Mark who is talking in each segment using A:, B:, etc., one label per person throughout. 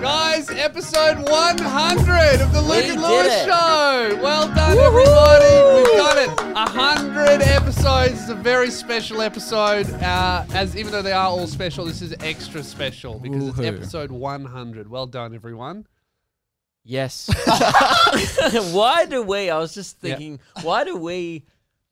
A: Guys, episode 100 of the Luke
B: We
A: and
B: did
A: Lewis
B: it.
A: Show. Well done,
B: Woohoo!
A: everybody. We've got it. 100 episodes. It's a very special episode. Uh, as even though they are all special, this is extra special because
B: Woohoo.
A: it's episode 100. Well done, everyone.
B: Yes. why do we? I was just
A: Yeah.
B: thinking, why do we,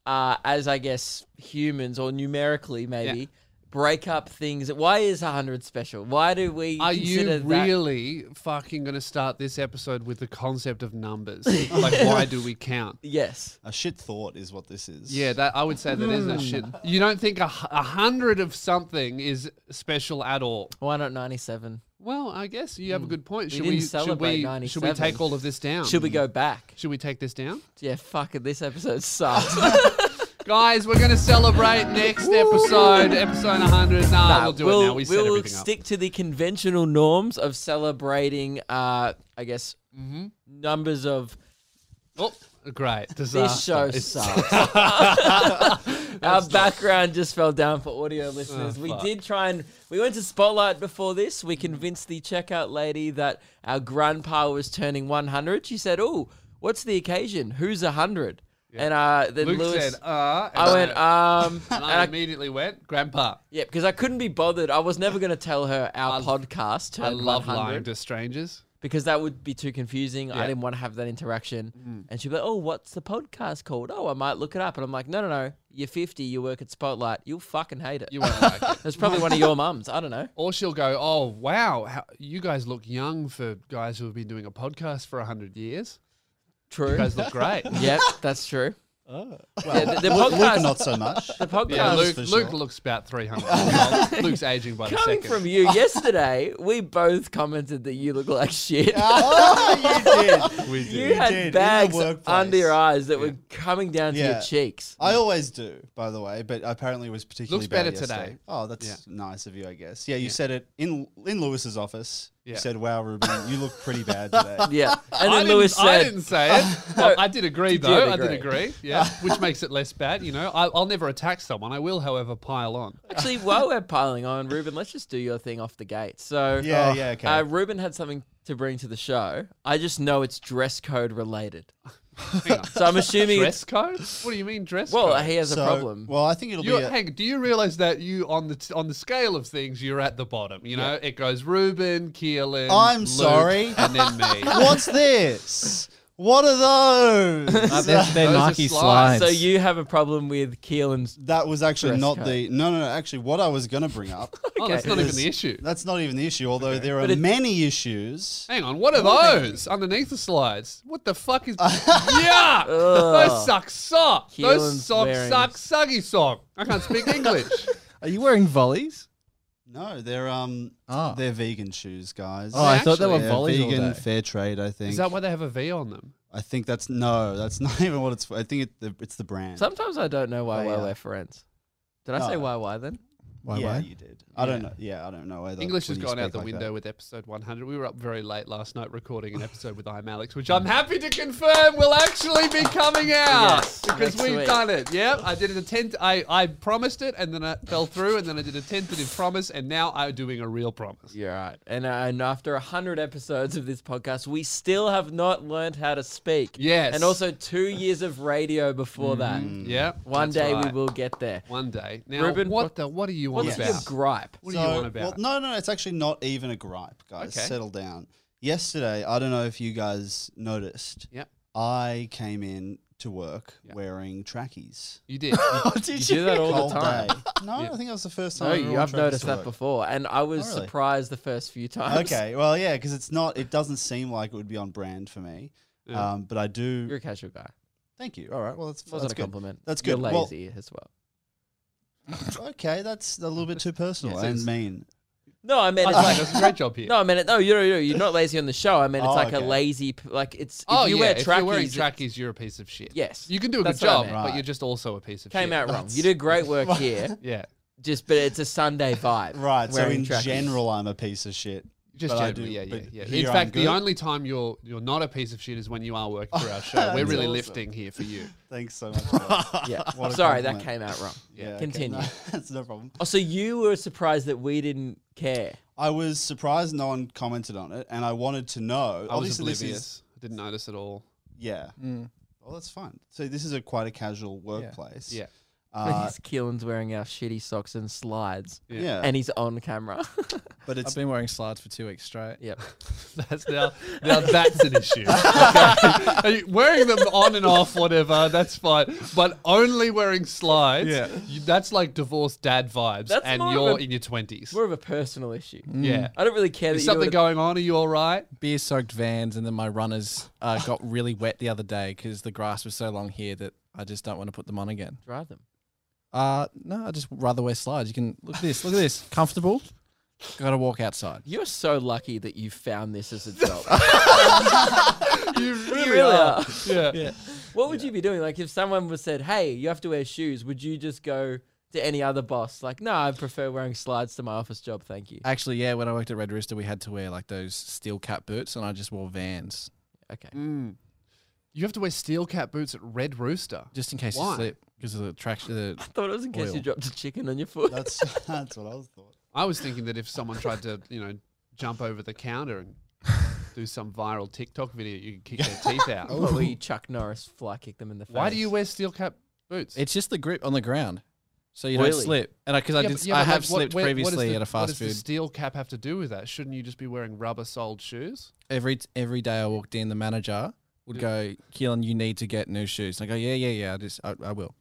B: uh, as I guess humans or numerically maybe,
A: Yeah.
B: break up things? Why is 100 special? Why do we
A: Are
B: consider
A: you
B: that?
A: really fucking going to start this episode with the concept of numbers? like, why do we count?
B: Yes.
C: A shit thought is what this is.
A: Yeah, that I would say that is a shit.
B: Hmm.
A: You don't think a, hu- a hundred of something is special at all?
B: Why not 97?
A: Well, I guess you have a good point.
B: We
A: Should
B: didn't
A: we, should
B: celebrate
A: we should we
B: 97.
A: take all of this down?
B: Should we go back?
A: Should we take this down,
B: Yeah, fuck it. This episode sucks.
A: guys? We're gonna celebrate next episode, episode 100. Nah,
B: Nah,
A: we'll do it now. We set
B: we'll
A: everything
B: stick to the conventional norms of celebrating, uh, I guess,
A: Mm-hmm.
B: numbers of
A: up. Oh, great!
B: This
A: Disaster.
B: show
A: It's-
B: sucks. Our background just fell down for audio listeners. we
A: Oh, fuck.
B: did try and we went to Spotlight before this. We convinced the checkout lady that our grandpa was turning 100. She said, "Oh, what's the occasion? Who's 100?" And uh, then
A: Luke
B: Lewis,
A: said, "Ah," and
B: I went, um,
A: and
B: and
A: I
B: I,
A: immediately went, "Grandpa."
B: yeah, because I couldn't be bothered. I was never going to tell her
A: I-
B: our podcast turned
A: I love
B: 100
A: lying to strangers.
B: because that would be too confusing.
A: Yeah. Mm.
B: I didn't want to have that interaction. And she'd be like, "Oh, what's the podcast called? Oh, I might look it up." And I'm like, "No, no, no. You're 50. You work at Spotlight. You'll fucking hate it.
A: You won't like it.
B: It's probably one of your mums. I don't know.
A: Or she'll go, "Oh wow, how, you guys look young for guys who have been doing a podcast for hundred years. You
B: True.
A: guys look great."
B: yep, that's true.
C: Oh.
B: yeah, the, the
C: Luke, Luke
B: podcast.
C: not so much.
B: the podcast.
A: Yeah, Luke,
C: for
A: Luke
C: sure.
A: looks about 300. years old. Luke's aging by
B: Coming
A: the second.
B: from you, yesterday we both commented that you look like shit.
C: oh, you did.
A: We
B: you
A: do.
B: had
C: did, in the
B: bags
C: workplace.
B: under your eyes that were coming down to
C: Yeah.
B: your cheeks.
C: I always do, by the way, but apparently it was particularly
A: Looks better
C: bad yesterday.
A: today.
C: Oh, that's
A: Yeah.
C: nice of you, I guess. Yeah, you said it in in Lewis's office.
A: Yeah.
C: You said, "Wow, Ruben, you look pretty bad today."
B: Yeah, and
A: I
B: then Lewis
A: didn't, I
B: said,
A: didn't say it. Well, I did agree,
B: did
A: though. I did
B: agree.
A: agree. Yeah, which makes it less bad. You know, I, I'll never attack someone. I will, however, pile on.
B: "Actually, while we're piling on, Ruben, let's just do your thing off the gate." So
C: yeah,
A: Oh.
C: yeah, okay.
B: Uh, Ruben had something to bring to the show. I just know it's dress code related.
A: Hang on.
B: So I'm assuming.
A: dress
B: it's,
A: code? What do you mean dress
B: well,
A: code?
B: he has
C: So-
B: a problem.
C: Well, I think it'll
A: You
C: be. A,
A: hang. Do you realize that you on the t- on the scale of things, you're at the bottom. You know, it goes Ruben, Keelan.
C: I'm
A: Luke,
C: sorry.
A: and then me.
C: what's this? What are those?
A: they're Those are Nike slides.
B: so you have a problem with Keelan's.
C: that was actually
B: Dress
C: not
B: code.
C: the. No, no, no. Actually, what I was going to bring up.
A: Oh, that's
B: Okay.
A: not even
C: is-
A: the issue.
C: That's not even the issue, although there are
B: But it-
C: many issues.
A: Hang on, what are those underneath the slides? What the fuck is? yeah, those suck sock. Those
B: Keelan's
A: socks
B: wearing-
A: suck soggy sock. I can't speak English.
D: Are you wearing volleys?
C: No, they're um
D: Ah.
C: they're vegan shoes, guys.
D: Oh, I thought they
A: actually,
D: were
C: They're
D: volleys all
C: vegan
D: day.
C: fair trade, I think.
A: is that why they have a V on them?
C: I think that's no, that's not even what it's for. I think it, the, it's the brand.
B: Sometimes I don't know why
C: Oh,
B: why
C: yeah. Oh.
B: we're friends. Did I say
C: No.
B: why why then?
D: Why,
C: yeah,
D: why?
C: you did. I don't know. Yeah, I don't know either.
A: English
C: when
A: has
C: you
A: gone out
C: speak
A: the
C: like
A: window
C: that.
A: with episode 100. We were up very late last night recording an episode with I'm Alex, which I'm happy to confirm will actually be coming out
B: Yes,
A: because
B: next
A: we've
B: week.
A: done it. Yep, I did an attempt. I I promised it and then I fell through, and then I did a tentative promise, and now I'm doing a real promise.
B: You're right. And uh, and after hundred episodes of this podcast, we still have not learned how to speak.
A: Yes.
B: And also two years of radio before
C: Mm.
B: that.
A: Yep.
B: Mm, One
A: that's
B: day
A: right.
B: we will get there.
A: One day. Now,
B: Ruben,
A: what,
B: what-
A: the? What are you on
B: What's
A: about?
B: your gripe?
A: What are you on about?
C: Well, no, no, it's actually not even a gripe, guys.
A: Okay.
C: Settle down. Yesterday, I don't know if you guys noticed.
A: Yep.
C: I came in to work
A: Yeah.
C: wearing trackies.
A: You did.
C: oh,
B: You do that all the time.
C: Day. No,
A: Yeah.
C: I think that was the first time.
B: No,
C: I ever
B: you,
C: wore
B: I've
C: trackies
B: noticed
C: to
B: that
C: work.
B: before, and I was
C: Oh, really?
B: surprised the first few times.
C: Okay, well, yeah, because it's not. It doesn't seem like it would be on brand for me.
A: Yeah.
C: Um, but I do.
B: you're a casual guy.
C: thank you. All right. Well, that's
B: Wasn't
C: that's
B: a
C: good.
B: compliment.
C: That's
B: You're
C: good. Well-
B: lazy as well.
C: Okay, that's a little bit too personal
A: Yes, it is.
C: and mean.
B: No, I mean
A: I
B: it's
A: think
B: like
A: that's a great job here.
B: no, I mean it, no. You're you're, you're not lazy on the show. I mean it's
C: Oh,
B: like a
C: okay.
B: lazy p- like it's if
A: oh,
B: you
A: yeah,
B: wear
A: if
B: trackies.
A: you're wearing
B: it
A: trackies, you're a piece of shit.
B: Yes.
A: You can do a good
B: That's what I
A: job,
B: meant.
A: but
C: Right.
A: you're just also a piece of shit.
B: came out wrong.
C: That's-
B: You did great work here.
A: Yeah.
B: Just but it's a Sunday vibe.
C: Right. So
B: wearing
C: in
B: trackies.
C: general, I'm a piece of shit.
A: Just
C: But I
A: generally,
C: do,
A: yeah,
C: but
A: yeah, yeah. In
C: here I'm
A: fact, the
C: good.
A: only time you're you're not a piece of shit is when you are working for our show.
C: That's
A: We're really
C: awesome.
A: lifting here for you.
C: Thanks so much. guys.
B: yeah.
C: What a
B: Sorry, that
C: compliment.
B: came out wrong.
A: Yeah,
C: okay,
B: Continue.
C: no, that's no problem.
B: Oh, so you were surprised that we didn't care.
C: I was surprised no one commented on it, and I wanted to know.
A: I was
C: obviously,
A: oblivious.
C: Oh, this is
A: I didn't notice at all.
C: yeah. Well, that's fine. So this is a quite a casual workplace.
A: Mm. Yeah.
C: Uh,
B: Keelan's wearing our shitty socks and slides,
A: Yeah.
C: yeah.
B: and he's on camera.
C: but
D: I've
C: it's
D: been wearing slides for two weeks straight.
B: yep.
A: That's now, now that's an issue. Okay. Are you- wearing them on and off, whatever, that's fine. But only wearing slides,
D: Yeah.
A: you, that's like divorced dad vibes,
B: That's
A: and
B: more of
A: you're
B: a-
A: in your 20s.
B: More of a personal issue.
A: Yeah.
B: I don't really care
A: Is
B: that you
A: Mm. something
B: do it-
A: going on? Are you all right?
D: Beer soaked vans, and then my runners uh, got really wet the other day because the grass was so long here that I just don't want to put them on again.
B: drive them.
D: Uh, no, I just rather wear slides. You can look at this, look at this, comfortable. Got to walk outside.
B: You're so lucky that you found this as a job.
A: You really,
B: you really are.
A: Yeah.
B: What would you be doing? Like, if someone was said, "Hey, you have to wear shoes," would you just go to any other boss? Like, no, I prefer wearing slides to my office job. Thank
A: Uh,
B: you.
D: Actually, yeah, when I worked at Red Rooster, we had to wear like those steel cap boots, and I just wore Vans
B: Okay.
A: mm. You have to wear steel cap boots at Red Rooster.
D: just in case
A: Why?
D: you slip because of the traction. The,
B: Thought it was in case you
D: Oil.
B: dropped a chicken on your foot.
C: that's that's what I was thought.
A: I was thinking that if someone tried to, you know, jump over the counter and do some viral TikTok video, you could kick their teeth out.
B: Or will you Chuck Norris fly kick them in the Oh, face?
A: Why do you wear steel cap boots?
D: it's just the grip on the ground, so you
B: Really?
D: don't slip. And because I
A: Yeah,
D: did,
A: but- yeah,
D: I
A: but, like,
D: have
A: what-
D: slipped
A: where- what does
D: previously
A: the-
D: at a
A: What
D: fast
A: does
D: food.
A: the steel cap have to do with that? Shouldn't you just be wearing rubber-soled shoes?
D: every every day I walked in, the manager would go, Keelan, you need to get new shoes. And I go, yeah, yeah, yeah. I just, I, I will.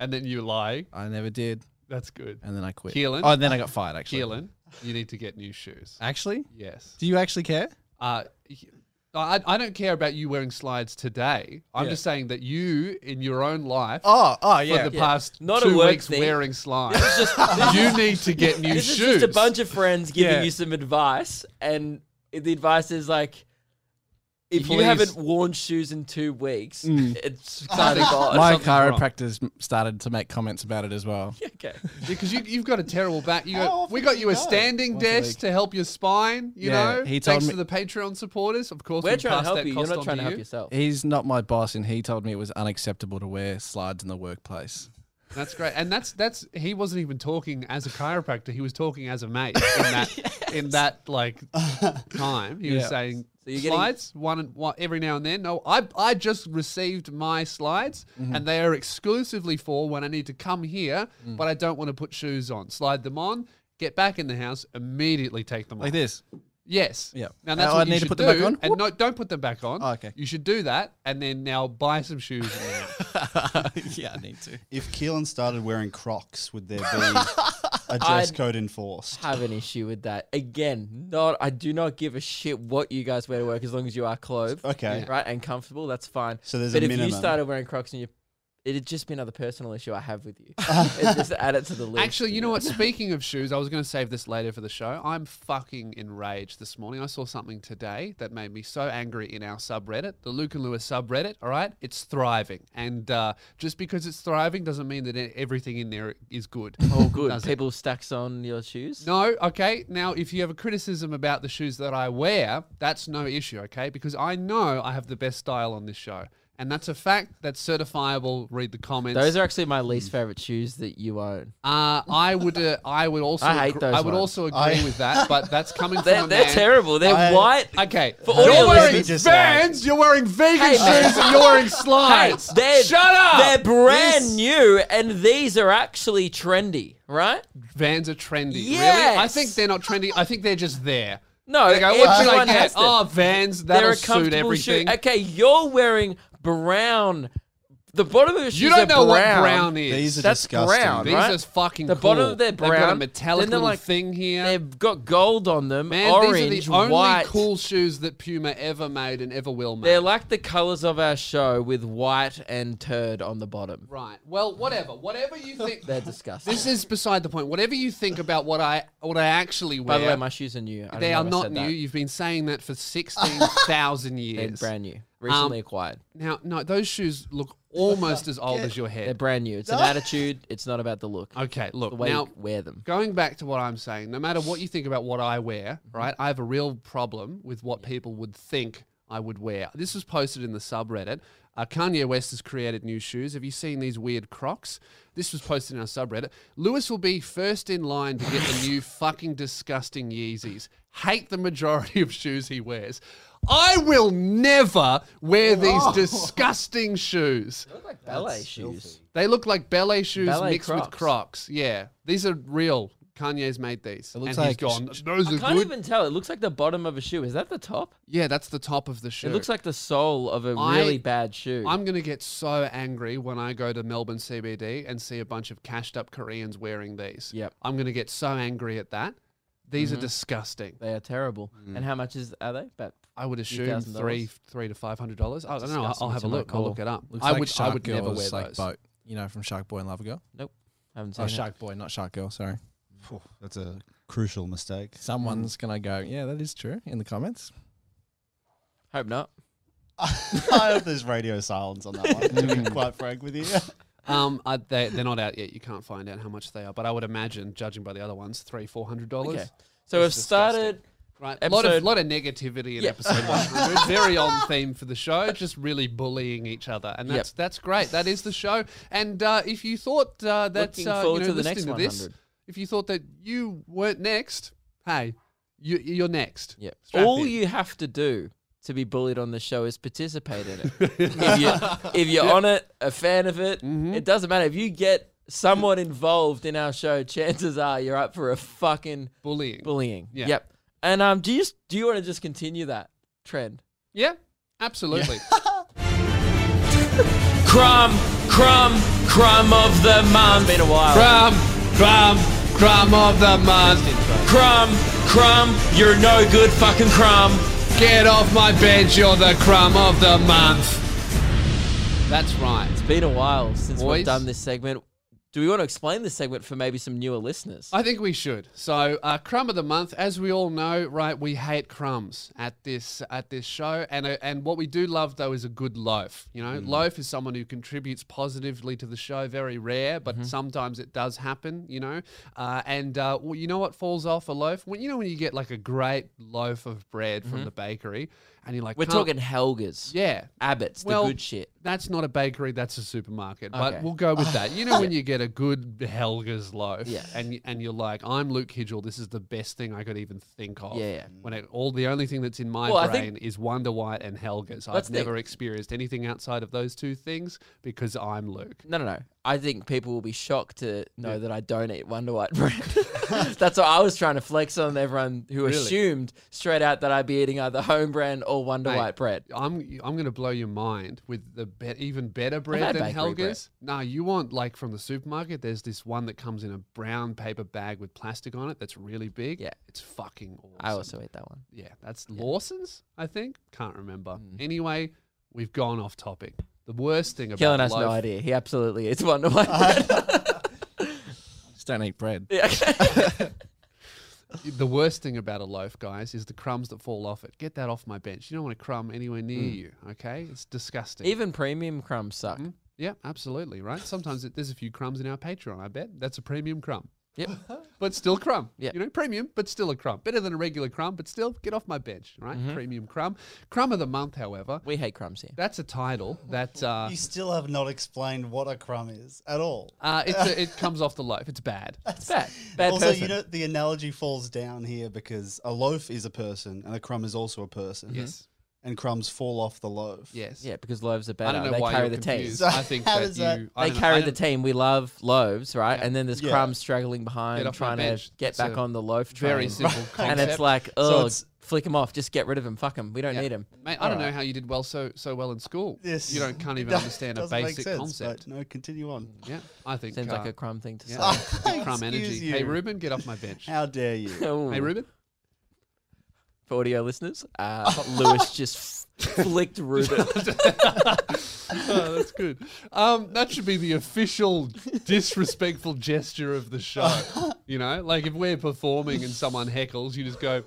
A: And then you lie.
D: I never did,
A: That's good.
D: and then I quit.
A: Keelan?
D: Oh, and then I got fired. Actually,
A: Keelan, you need to get new shoes.
D: Actually,
A: Yes.
D: do you actually care?
A: Uh, he- I, I don't care about you wearing slides today. I'm
D: Yeah.
A: just saying that you, in your own life,
D: Oh, oh
A: for the
B: Yeah.
A: past
B: Not a
A: two
B: work
A: weeks
B: thing.
A: wearing slides, you need to get new
B: This
A: shoes.
B: is just a bunch of friends giving
D: Yeah.
B: you some advice, and the advice is like, if you
A: Please.
B: haven't worn shoes in two weeks,
C: Mm.
B: it's kind of odd.
D: My
A: something's wrong.
D: chiropractor started to make comments about it as well.
B: okay.
A: because you, you've got a terrible back. You
C: How
A: got,
C: often
A: we
C: do
A: got
C: you
A: you a
C: go?
A: standing
C: Once a
A: desk
C: week.
A: to help your spine. You
D: Yeah,
A: know,
D: he told
A: thanks
D: me-
A: to the Patreon supporters, of course.
B: We're
A: we
B: trying to
A: passed
B: help
A: that
B: you. You're
A: cost
B: not
A: on
B: trying to
A: you.
B: help yourself.
D: He's not my boss, and he told me it was unacceptable to wear slides in the workplace.
A: That's great, and that's that's he wasn't even talking as a chiropractor. He was talking as a mate in that in that like time. He was
D: Yeah.
A: saying
B: So you're getting-
A: slides one and one every now and then. No, I I just received my slides,
B: Mm-hmm.
A: and they are exclusively for when I need to come here,
B: Mm.
A: but I don't want to put shoes on. Slide them on. Get back in the house immediately. Take them off.
D: Like this.
A: Yes.
D: Yeah.
A: Now that's
D: Oh,
A: what
D: I
A: you
D: need to
A: should
D: put
A: do.
D: them back on?
A: And no, don't put them back on.
D: Oh, okay.
A: You should do that, and then now buy some shoes. now.
D: yeah, I need to.
C: If Keelan started wearing Crocs, would there be a dress
B: I'd-
C: code enforced?
B: Have an issue with that again? Not. I do not give a shit what you guys wear to work as long as you are clothed,
C: Okay.
B: right, and comfortable. That's fine.
C: So there's
B: but
C: a
B: if
C: minimum.
B: you started wearing Crocs and you, it'd just be another personal issue I have with you. It's just add it to the list.
A: Actually, you know what? Speaking of shoes, I was going to save this later for the show. I'm fucking enraged this morning. I saw something today that made me so angry in our subreddit, the Luke and Lewis subreddit. All right, it's thriving, and uh, just because it's thriving doesn't mean that e- everything in there is good.
B: Oh, good.
A: Does it?
B: People stacks on your shoes.
A: No, okay. Now, if you have a criticism about the shoes that I wear, that's no issue, okay? Because I know I have the best style on this show. And that's a fact that's certifiable. Read the comments.
B: Those are actually my least favorite shoes that you own.
A: uh, I would, uh, I would also,
B: I hate
A: agr-
B: those
A: I would
B: ones.
A: also agree
C: I-
A: with that. But that's coming from
B: They're,
A: a
B: they're
A: man.
B: terrible. They're
C: I-
B: white.
A: Okay,
B: For all
A: you're
B: your
A: wearing
B: listeners-
A: Vans, you're wearing vegan
B: Hey,
A: shoes, and you're wearing slides.
B: Hey, they're,
A: Shut up!
B: They're brand
A: This-
B: new, and these are actually trendy, right?
A: Vans are trendy. Really? I
B: Yes.
A: think they're not trendy. I think they're just there.
B: No,
A: They go, what should I
B: everyone
A: get?
B: has them.
A: Oh, Vans.
B: They're
A: That'll
B: a
A: suit
B: comfortable
A: everything.
B: shoe. Okay, you're wearing brown. The bottom of your shoes
A: You don't
B: are
A: know
B: brown.
A: what brown is.
C: These are
B: That's
C: disgusting.
B: brown.
A: These
B: right?
A: are fucking
B: The
A: cool.
B: bottom of they're
A: They've got a
B: brown,
A: metallic
B: then they're
A: little
B: like-
A: thing here.
B: They've got gold on them,
A: Man,
B: orange,
A: these are the only
B: white.
A: cool shoes that Puma ever made and ever will make.
B: They're like the colors of our show with white and turd on the bottom.
A: right. Well, whatever. Whatever you think.
B: They're disgusting.
A: this is beside the point. Whatever you think about what I what I actually wear.
B: By the way, my shoes are new. I don't
A: they
B: know
A: are
B: if I
A: not
B: said
A: new.
B: that.
A: You've been saying that for 16,000
B: They're
A: years.
B: brand new. Recently acquired.
A: Now, no, those shoes look almost as old as your
B: They're
A: head.
B: brand new. It's an attitude. It's not about the look.
A: Okay,
B: The
A: look.
B: way
A: Now,
B: you wear them.
A: going back to what I'm saying, no matter what you think about what I wear, right? I have a real problem with what people would think I would wear. This was posted in the subreddit. Uh, Kanye West has created new shoes. Have you seen these weird Crocs? This was posted in our subreddit. Lewis will be first in line to get the new fucking disgusting Yeezys. Hate the majority of shoes he wears. I will never wear these disgusting shoes.
B: Like ballet shoes.
A: They look like ballet shoes
B: Ballet
A: mixed with
B: Crocs.
A: Crocs. Yeah, these are real. Kanye's made these.
D: It looks
A: and he's
D: like-
A: gone. Those
B: I
A: are
B: can't
A: good.
B: even tell. It looks like the bottom of a shoe. Is that the top?
A: Yeah, that's the top of the shoe.
B: It looks like the sole of a
A: I-
B: really bad shoe.
A: I'm going to get so angry when I go to Melbourne CBD and see a bunch of cashed up Koreans wearing these.
B: Yep.
A: I'm going to get so angry at that. These are disgusting.
B: they are terrible. And how much is are they? But
A: I would assume
B: $1,000?
A: three, three to five hundred dollars. I don't know. I'll- I'll
D: Disgusting.
A: have
D: It's
A: a
D: not
A: look. I'll
D: cool.
A: look it up.
D: Looks
A: I
D: like
A: would.
D: Shark
A: I would
D: Girl
A: never
D: is
A: wear
D: like
A: those.
D: Boat. You know, from Shark Boy and Love Girl.
B: I haven't seen
D: Oh,
B: it.
D: Shark Boy, not Shark Girl. Sorry.
C: Phew, That's a crucial mistake.
D: Someone's
A: Mm.
D: gonna go. Yeah, that is true. In the comments.
B: Hope not.
C: I hope there's radio silence on that one, to
A: Mm.
C: be quite frank with you.
A: Um, I, they, they're not out yet. You can't find out how much they are, but I would imagine, judging by the other ones, three, four hundred dollars.
B: Okay. So we've
A: It's
B: started.
A: Right, a lot of
B: Episode-
A: lot of negativity in
B: Yeah.
A: episode 100. Very on theme for the show, just really bullying each other, and
B: Yep.
A: that's that's great. That is the show. And uh, if you thought uh, that
B: Looking
A: uh, you
B: forward
A: know,
B: to the
A: listening
B: next
A: to this,
B: 100.
A: if you thought that you weren't next, hey, you, you're next.
B: Yeah.
A: Strap
B: All
A: in.
B: you have to do to be bullied on the show is participate in it. if, you, if you're on it, a fan of it,
A: Mm-hmm.
B: it doesn't matter. If you get someone involved in our show, chances are you're up for a fucking
A: bullying.
B: bullying.
A: Yeah.
B: Yep. And um, do you s- do you want to just continue that trend?
A: yeah, absolutely.
B: Crumb, crumb, crumb of the month. It's been a while.
A: crumb, crumb, crumb of the month.
B: crumb, crumb. You're no good, fucking crumb.
A: Get off my bench. You're the crumb of the month. That's right.
B: It's been a while since
A: Boys.
B: we've done this segment. Do we want to explain this segment for maybe some newer listeners?
A: I think we should. So, uh, crumb of the month, as we all know, right? We hate crumbs at this at this show, and uh, and what we do love though is a good loaf. You
B: Mm.
A: know, loaf is someone who contributes positively to the show. Very rare,
B: Mm-hmm.
A: but sometimes it does happen. You know, uh, and uh, well, you know what falls off a loaf? When you know when you get like a great loaf of bread from the bakery, and you're like,
B: Mm-hmm. We're
A: "Can't-"
B: talking Helgas,
A: yeah,
B: Abbots,
A: Well-
B: the good shit.
A: that's not a bakery, that's a supermarket. But
B: Okay.
A: we'll go with that. You know when you get a good Helga's loaf
B: Yeah.
A: and y- and you're like, I'm Luke Hidgel, this is the best thing I could even think of.
B: Yeah, yeah.
A: When it, all the only thing that's in my
B: Well, I
A: brain
B: think-
A: is Wonder White and Helga's. I've
B: Let's think.
A: never experienced anything outside of those two things because I'm Luke.
B: No, no, no. I think people will be shocked to know that I don't eat Wonder White bread. That's what I was trying to flex on everyone who assumed straight out that I'd be eating either home brand or Wonder
A: Mate,
B: White bread.
A: I'm I'm gonna blow your mind with the be- even better bread
B: had
A: than
B: bakery bread.
A: Helga's. No, you want like from the supermarket. There's this one that comes in a brown paper bag with plastic on it. That's really big.
B: Yeah.
A: it's fucking awesome.
B: I also eat that one.
A: yeah, that's Lawson's, I think. Can't remember.
B: Hmm.
A: Anyway, we've gone off topic. The worst thing about
B: Killing has
A: loaf,
B: no idea. He absolutely eats Wonder White bread.
D: Just don't eat bread.
B: yeah, okay.
A: the worst thing about a loaf, guys, is the crumbs that fall off it. Get that off my bench. You don't want a crumb anywhere near
B: Hmm.
A: you. Okay, it's disgusting.
B: Even premium crumbs suck.
A: yeah, absolutely right. Sometimes it, there's a few crumbs in our Patreon. I bet that's a premium crumb,
B: Yep.
A: but still crumb.
B: Yeah.
A: you know, premium, but still a crumb. Better than a regular crumb, but still get off my bench. Right,
B: Mm-hmm.
A: premium crumb. Crumb of the month, however,
B: We hate crumbs here.
A: that's a title that uh,
C: You still have not explained what a crumb is at all.
A: uh, it's a, it comes off the loaf. It's bad.
B: It's bad. Bad
C: also,
B: person.
C: you know, the analogy falls down here because a loaf is a person and a crumb is also a person.
A: Yes.
C: And crumbs fall off the loaf.
A: Yes.
B: yeah, because loaves are
A: I
B: better.
A: don't know
B: they
A: why
B: carry
A: you're
B: the team.
A: confused. I think
C: How
A: that
C: does that-
A: you. I
B: They
A: don't know,
B: carry
A: I
B: the
A: don't-
B: team. We love loaves, right? And then there's
C: Yeah.
B: crumbs straggling behind,
A: off my
B: trying to
A: bench.
B: get
A: It's
B: back
A: a
B: on the loaf train.
A: Very simple concept.
B: And it's like, oh,
C: it's-
B: flick him off. Just get rid of him. Fuck him. We don't
A: Yeah.
B: need him.
A: Mate, I don't know how you did well so so well in school.
C: This
A: You don't can't even
C: do-
A: understand a
C: doesn't make
A: basic
C: sense,
A: concept.
C: but no, continue on.
A: Yeah, I think
B: Seems
A: uh,
B: like a crumb thing to
A: yeah,
B: say.
A: big crumb
C: Excuse
A: energy.
C: you.
A: Hey Ruben, get off my bench.
C: How dare you?
B: Ooh.
A: Hey Ruben,
B: For audio listeners, uh, Lewis just f- flicked Ruben.
A: oh, that's good. Um, that should be the official disrespectful gesture of the show. You know, like if we're performing and someone heckles, you just go,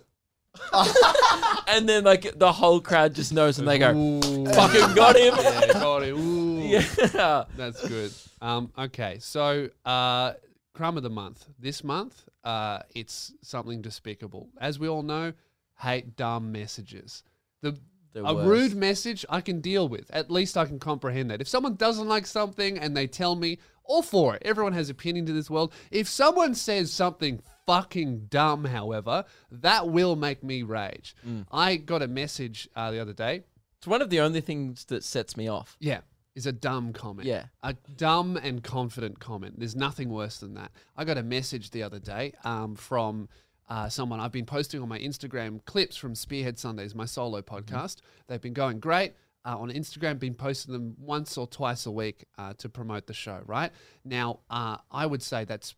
B: and then, like, the whole crowd just knows and they go,
A: "Ooh,
B: fucking got him.
A: yeah, got it. Ooh.
B: yeah.
A: That's good. Um, okay, so uh, crumb of the month. This month, uh, it's something despicable. As we all know, hate dumb messages. The
B: the
A: A
B: worst.
A: rude message I can deal with. At least I can comprehend that. If someone doesn't like something and they tell me, all for it. Everyone has opinion to this world. If someone says something fucking dumb, however, that will make me rage.
B: Mm.
A: I got a message uh, the other day.
B: It's one of the only things that sets me off.
A: Yeah. Is a dumb comment.
B: Yeah.
A: A dumb and confident comment. There's nothing worse than that. I got a message the other day um, from uh, someone I've been posting on my Instagram clips from Spearhead Sundays, my solo podcast. They've been going great. Uh, on Instagram, been posting them once or twice a week uh, to promote the show, right? Now, uh, I would say that's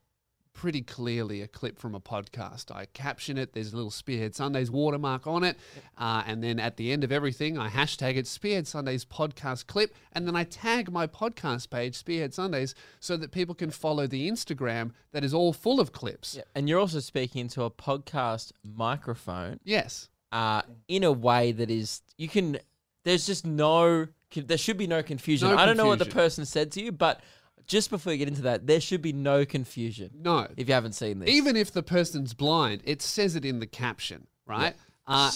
A: pretty clearly a clip from a podcast. I caption it. There's a little Spearhead Sundays watermark on it, uh, and then at the end of everything, I hashtag it Spearhead Sundays podcast clip, and then I tag my podcast page Spearhead Sundays so that people can follow the Instagram that is all full of clips.
B: And you're also speaking into a podcast microphone
A: Yes.
B: uh, in a way that is you can. There's just no. There should be no confusion.
A: No
B: I don't know what the
A: confusion.
B: person said to you, but just before you get into that, there should be no confusion.
A: No.
B: If you haven't seen this,
A: Even if the person's blind, it says it in the caption, right? Uh,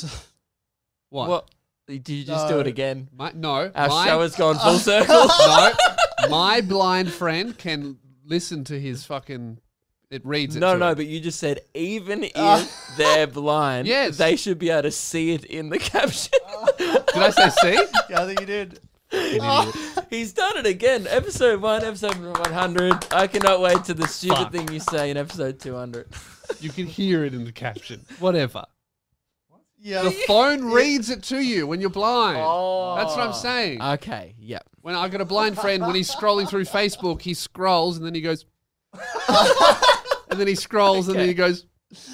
A: what?
B: what did you just do
C: No.
B: it again?
A: My- no.
B: Our
A: my-
B: show has gone full circle.
A: no, my blind friend can listen to his fucking. It reads it.
B: No,
A: to
B: no,
A: him.
B: but you just said even if they're blind,
A: Yes.
B: they should be able to see it in the caption.
A: Did I say see?
C: yeah, I think you did.
B: He's done it again. Episode one, episode one hundred. I cannot wait to the stupid
A: Fuck.
B: thing you say in episode two hundred.
A: You can hear it in the caption. Whatever.
C: Yeah.
A: The phone reads it to you when you're blind.
B: Oh.
A: That's what I'm saying.
B: Okay, yeah.
A: when I got a blind friend, when he's scrolling through Facebook, he scrolls and then he goes, and then he scrolls and then
B: Okay.
A: he goes.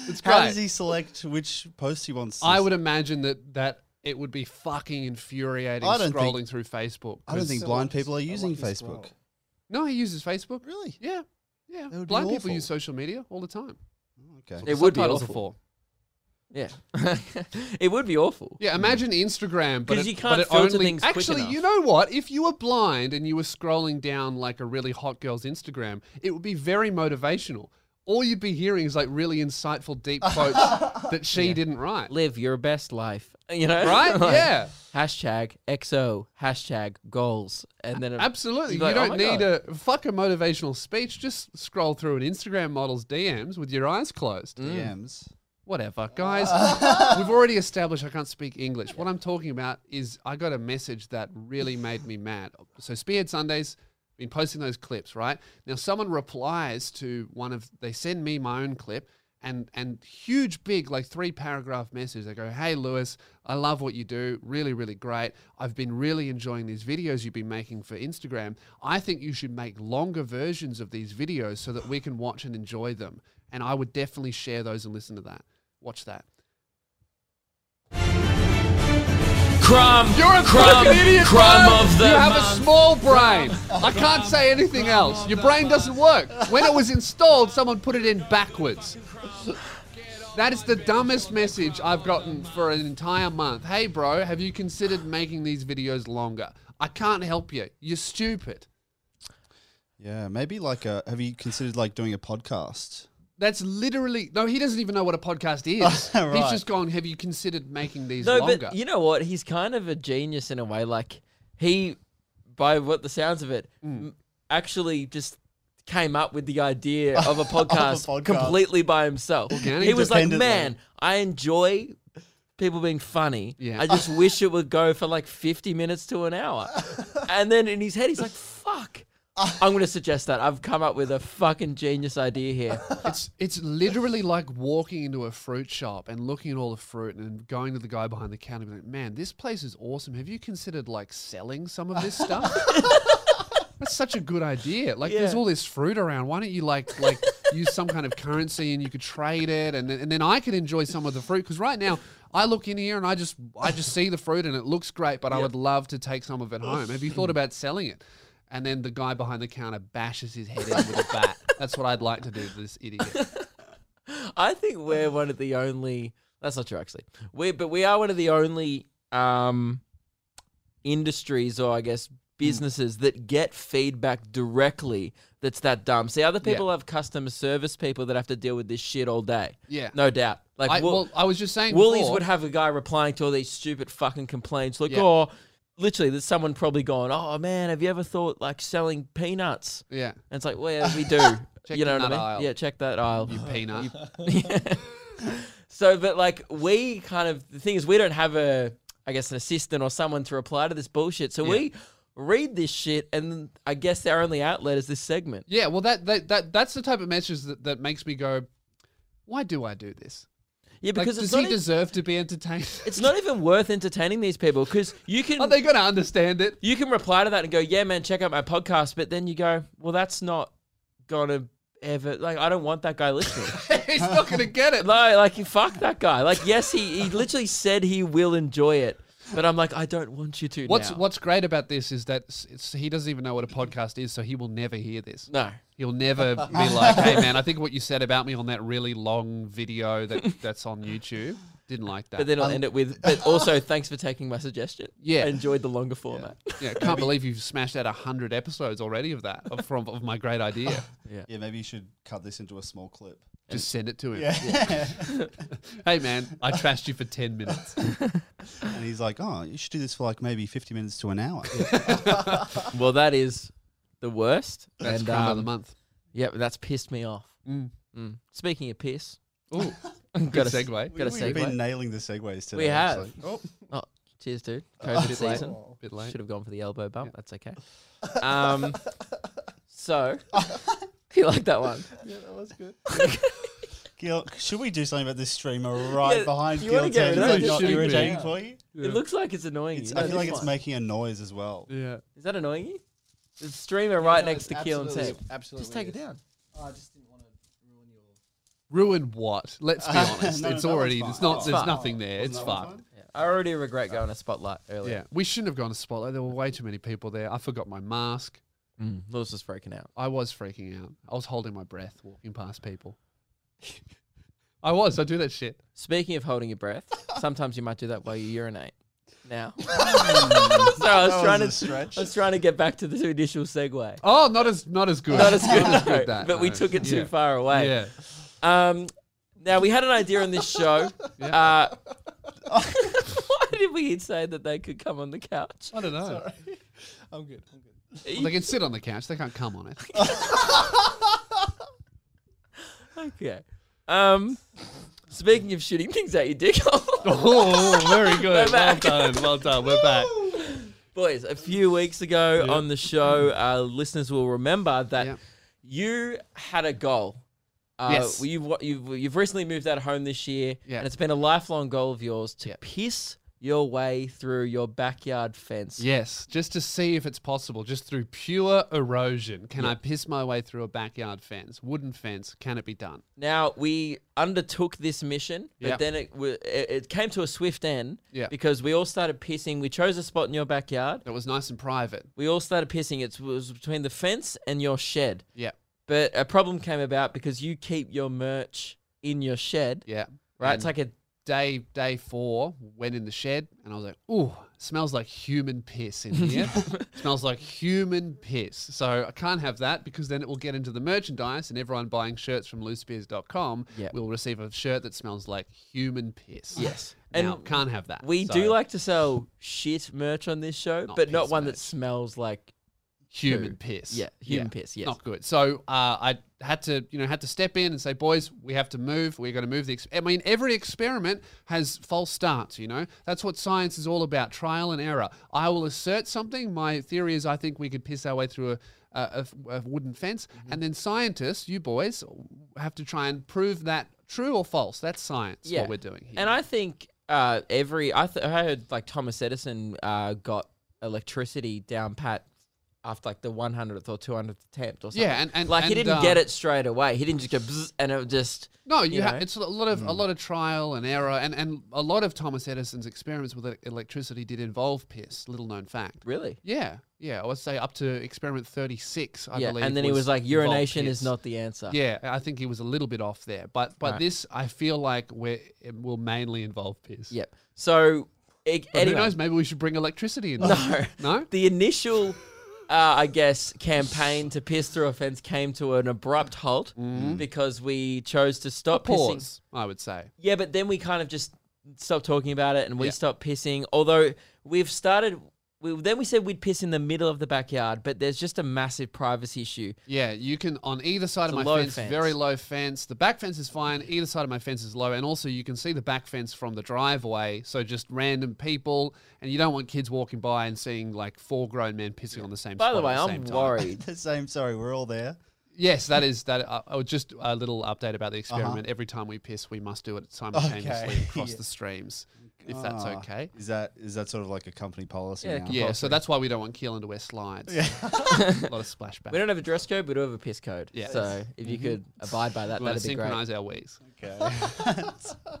A: It's great.
C: How does he select which post he wants? to
A: I would imagine that that it would be fucking infuriating
C: I don't
A: scrolling through Facebook.
C: I don't
A: 'cause-
C: think
D: So
C: blind
D: what's-
C: people are
D: so
C: using
D: what you
C: Facebook.
D: scroll?
A: No, he uses Facebook.
C: Really?
A: Yeah, yeah.
C: That would be
A: Blind people
C: awful.
A: use social media all the time.
C: Okay.
B: It would be
A: Subtitles are
B: awful.
A: for.
B: Yeah, it would be awful.
A: Yeah,
C: Hmm.
A: imagine Instagram, but
B: 'Cause
A: it-
B: you can't
A: but it
B: filter
A: only,
B: things quick
A: Actually,
B: enough.
A: you know what? If you were blind and you were scrolling down like a really hot girl's Instagram, it would be very motivational. All you'd be hearing is like really insightful, deep quotes that she didn't write.
B: Live your best life. You know,
A: Right?
B: Like,
A: yeah,
B: Hashtag XO. Hashtag goals. And then it-
A: absolutely.
B: You'd
A: You
B: be like, "Oh
A: don't
B: my
A: need
B: God."
A: a fuck a motivational speech. Just scroll through an Instagram model's DMs with your eyes closed.
C: DMs.
A: Whatever, guys. We've already established I can't speak English. What I'm talking about is I got a message that really made me mad. So Spearhead Sundays been posting those clips, right? Now someone replies to one of they send me my own clip and and huge big like three paragraph message. They go, "Hey Lewis, I love what you do. Really really great. I've been really enjoying these videos you've been making for Instagram. I think you should make longer versions of these videos so that we can watch and enjoy them." And I would definitely share those and listen to that. Watch that.
B: crumb.
A: You're a
B: crumb.
A: fucking idiot,
B: crumb
A: bro.
B: of the
A: You have
B: month.
A: a small brain. I can't say anything else. Your brain doesn't work. When it was installed, someone put it in backwards. That is the dumbest message I've gotten for an entire month. Hey, bro, have you considered making these videos longer? I can't help you. You're stupid.
C: Yeah, maybe like a. Have you considered like doing a podcast?
A: That's literally no. He doesn't even know what a podcast is. He's
C: Right.
A: just gone. Have you considered making these
B: No,
A: longer?
B: but you know what? He's kind of a genius in a way. Like he, by what the sounds of it, m actually just came up with the idea of a podcast,
C: podcast.
B: completely by himself.
A: Organic.
B: He was like,
C: Independently.
B: "Man, I enjoy." People being funny.
A: Yeah.
B: I just wish it would go for like 50 minutes to an hour. And then in his head, he's like, fuck, I'm going to suggest that. I've come up with a fucking genius idea here.
A: It's it's literally like walking into a fruit shop and looking at all the fruit and going to the guy behind the counter and being like, "Man, this place is awesome. Have you considered like selling some of this stuff?" That's such a good idea. Like, there's
B: Yeah.
A: all this fruit around. Why don't you like like use some kind of currency and you could trade it, and then, and then I could enjoy some of the fruit because right now I look in here and I just I just see the fruit and it looks great, but I would love to take some of it home. Have you thought about selling it? And then the guy behind the counter bashes his head in with a bat. That's what I'd like to do to this idiot.
B: I think we're one of the only. That's not true, actually.
A: Hmm.
B: We but we are one of the only um, industries, or I guess businesses that get feedback directly that's that dumb. See, other
A: Yeah.
B: people have customer service people that have to deal with this shit all day.
A: Yeah.
B: No doubt. Like,
A: I,
B: Wool-
A: well, I was just saying.
B: Woolies
A: before-
B: would have a guy replying to all these stupid fucking complaints. Like,
A: Yeah.
B: oh, literally, there's someone probably going, oh man, have you ever thought like selling peanuts?
A: Yeah.
B: And it's like, well, yeah, we do.
A: Check
B: you know
A: the
B: what I
A: nut
B: mean?
A: aisle.
B: Yeah, check that aisle.
A: You peanut.
B: so, but like, we kind of, the thing is, we don't have a, I guess, an assistant or someone to reply to this bullshit. So we read this shit, and I guess our only outlet is this segment.
A: Yeah, well, that, that that that's the type of message that, that makes me go, why do I do this?
B: Yeah,
A: Like,
B: because
A: does
B: it's,
A: he
B: not e-
A: deserve to be entertained?
B: it's not even worth entertaining these people because you can.
A: Are they going to understand it?
B: you can reply to that and go, yeah, man, check out my podcast. But then you go, well, that's not gonna ever like. I don't want that guy listening.
A: He's not going to get it.
B: no, like you fuck that guy. Like, yes, he he literally said he will enjoy it, but I'm like, I don't want you to.
A: What's
B: now.
A: What's great about this is that s- it's, he doesn't even know what a podcast is, so he will never hear this.
B: No.
A: He'll never be like, "Hey, man, I think what you said about me on that really long video that that's on YouTube didn't like that."
B: But then I'll end it with. But also, thanks for taking my suggestion.
A: Yeah.
B: I enjoyed the longer format.
A: yeah, I can't believe you've smashed out hundred episodes already of that of, from of my great idea.
C: Yeah, maybe you should cut this into a small clip.
A: Just send it to him.
C: Yeah.
A: Hey, man, I trashed you for ten minutes.
C: and he's like, oh, you should do this for like maybe 50 minutes to an hour.
B: Well, that is the worst.
A: That's
B: and
A: crime of the
B: um,
A: month.
B: yeah, that's pissed me off.
A: Mm.
B: Mm. Speaking of piss,
A: Ooh,
B: got
A: good
B: a s-
A: segue.
B: Got a
C: We've
B: segue.
C: been nailing the segues today.
B: We have.
C: actually. Oh,
B: Oh, cheers, dude. COVID
A: Bit late.
B: season.
A: Bit late.
B: Should have gone for the elbow bump. That's okay. Um, so you like that one?
C: yeah, that was good. Gil, should we do something about this streamer right
B: Yeah,
C: behind
B: you
C: Gil?
B: wanna get
C: Tan?
B: rid of
C: Is
B: it?
C: that not
A: Shouldn't we?
C: irritating for you?
A: Yeah.
B: It looks like it's annoying.
C: It's,
B: you. No,
C: I feel like
B: this
C: it's
B: one.
C: making a noise as well.
A: Yeah.
B: Is that annoying you? The streamer right next to Keelan Tape.
D: Absolutely.
B: Just take it down.
D: I just didn't want to ruin your.
A: Ruin what? Let's be
C: Uh,
A: honest.
C: no, no,
A: it's
C: that one's
A: already.
C: fine.
A: It's not.
B: It's
A: there's
B: fine.
A: nothing there. It's
C: Wasn't that one
A: fun.
C: fun?
B: Yeah. I already regret going to Spotlight earlier.
A: Yeah. We shouldn't have gone to Spotlight. There were way too many people there. I forgot my mask.
B: Mm, Lewis was freaking out.
A: I was freaking out. I was holding my breath walking past people. I was. I do that shit.
B: Speaking of holding your breath, sometimes you might do that while you urinate. Now, so I was
C: That
B: trying
C: was a
B: to,
C: stretch.
B: I was trying to get back to the initial segue.
A: Oh, not as not as good.
B: Not as good, no,
A: that,
B: but we
A: no.
B: took it too
A: Yeah.
B: far away.
A: Yeah.
B: Um, now we had an idea on this show.
A: Yeah.
B: Uh, why did we say that they could come on the couch?
A: I don't know.
D: I'm good. I'm good.
A: They can sit on the couch. They can't come on it.
B: Okay. Um, speaking of shooting things out your dick hole,
A: oh, very good.
B: back.
A: Well done. Well done. We're back.
B: boys, a few weeks ago
A: Yeah.
B: on the show, uh, listeners will remember that
A: Yeah.
B: you had a goal. Uh,
A: Yes.
B: You've, wa- you've you've recently moved out of home this year,
A: Yeah.
B: and it's been a lifelong goal of yours to
A: Yeah.
B: piss your way through your backyard fence.
A: Yes, just to see if it's possible, just through pure erosion. Can I piss my way through a backyard fence, wooden fence? Can it be done?
B: Now we undertook this mission, but
A: Yep.
B: then it, w- it it came to a swift end
A: Yeah.
B: because we all started pissing. We chose a spot in your backyard.
A: That was nice and private.
B: We all started pissing. It was between the fence and your shed.
A: Yeah,
B: But a problem came about because you keep your merch in your shed,
A: yeah.
B: right? it's like a
A: Day day four, went in the shed, and I was like, "Ooh, smells like human piss in here. smells like human piss." So I can't have that because then it will get into the merchandise, and everyone buying shirts from loosebeers.com
B: Yeah.
A: will receive a shirt that smells like human piss.
B: yes, and
A: Now, can't have that.
B: we
A: So,
B: do like to sell shit merch on this show,
A: Not
B: but not
A: piss
B: one
A: merch.
B: that smells like
A: human
B: poo.
A: piss.
B: yeah human piss. Yes,
A: not good. So uh, I had to, you know, had to step in and say, boys, we have to move. We're going to move the. Ex- I mean, every experiment has false starts. You know, that's what science is all about: trial and error. I will assert something. My theory is, I think we could piss our way through a. A, a- a wooden fence,
B: Mm-hmm.
A: and then scientists, you boys, have to try and prove that true or false. That's science.
B: Yeah.
A: What we're doing here.
B: And I think uh, every I, th- I heard like Thomas Edison uh, got electricity down pat after like the 100th or 200th attempt or something.
A: yeah, and, and
B: like he
A: and,
B: didn't
A: uh,
B: get it straight away. He didn't just go bzz, and it just
A: No, you
B: you
A: ha-
B: know? Mm.
A: it's a lot of a lot of trial and error, and, and a lot of Thomas Edison's experiments with e- electricity did involve piss. Little known fact.
B: really.
A: Yeah, yeah. I would say up to experiment thirty six. I
B: yeah,
A: believe.
B: and then he was like, "Urination
A: involved
B: is
A: piss."
B: not the answer."
A: Yeah, I think he was a little bit off there, but but
B: Right.
A: this I feel like we're it will mainly involve piss.
B: Yep. So It,
A: But
B: anyway,
A: who knows? Maybe we should bring electricity in.
B: No.
A: no.
B: the initial, uh, I guess, campaign to piss through a fence came to an abrupt halt because we chose to stop pissing.
A: Pause. I would say.
B: Yeah, but then we kind of just stopped talking about it and we
A: Yeah.
B: stopped pissing. Although we've started, we, then we said we'd piss in the middle of the backyard, but there's just a massive privacy issue.
A: Yeah, you can on either side
B: It's a
A: of my
B: low
A: fence,
B: fence.
A: very low fence. The back fence is fine. Either side of my fence is low, and also you can see the back fence from the driveway. So just random people, and you don't want kids walking by and seeing like four grown men pissing on the same.
B: By the
A: spot
B: way,
A: at
B: I'm
A: same time.
B: worried.
C: the same. Sorry, we're all there.
A: Yes, that is that. Uh, oh, just a little update about the
B: Uh-huh.
A: experiment. Every time we piss, we must do it simultaneously
C: Okay.
A: across
C: Yeah.
A: the streams, if that's
C: Ah,
A: okay.
C: Is that is that sort of like a company policy?
B: Yeah,
C: now?
A: Yeah, so that's why we don't want Keelan to wear slides. a lot of splashback.
B: We don't have a dress code, we do have a piss code.
A: Yeah.
B: So if Mm-hmm. you could abide by that,
A: we want
B: that'd
A: to
B: be great.
A: synchronize our wees.
C: Okay.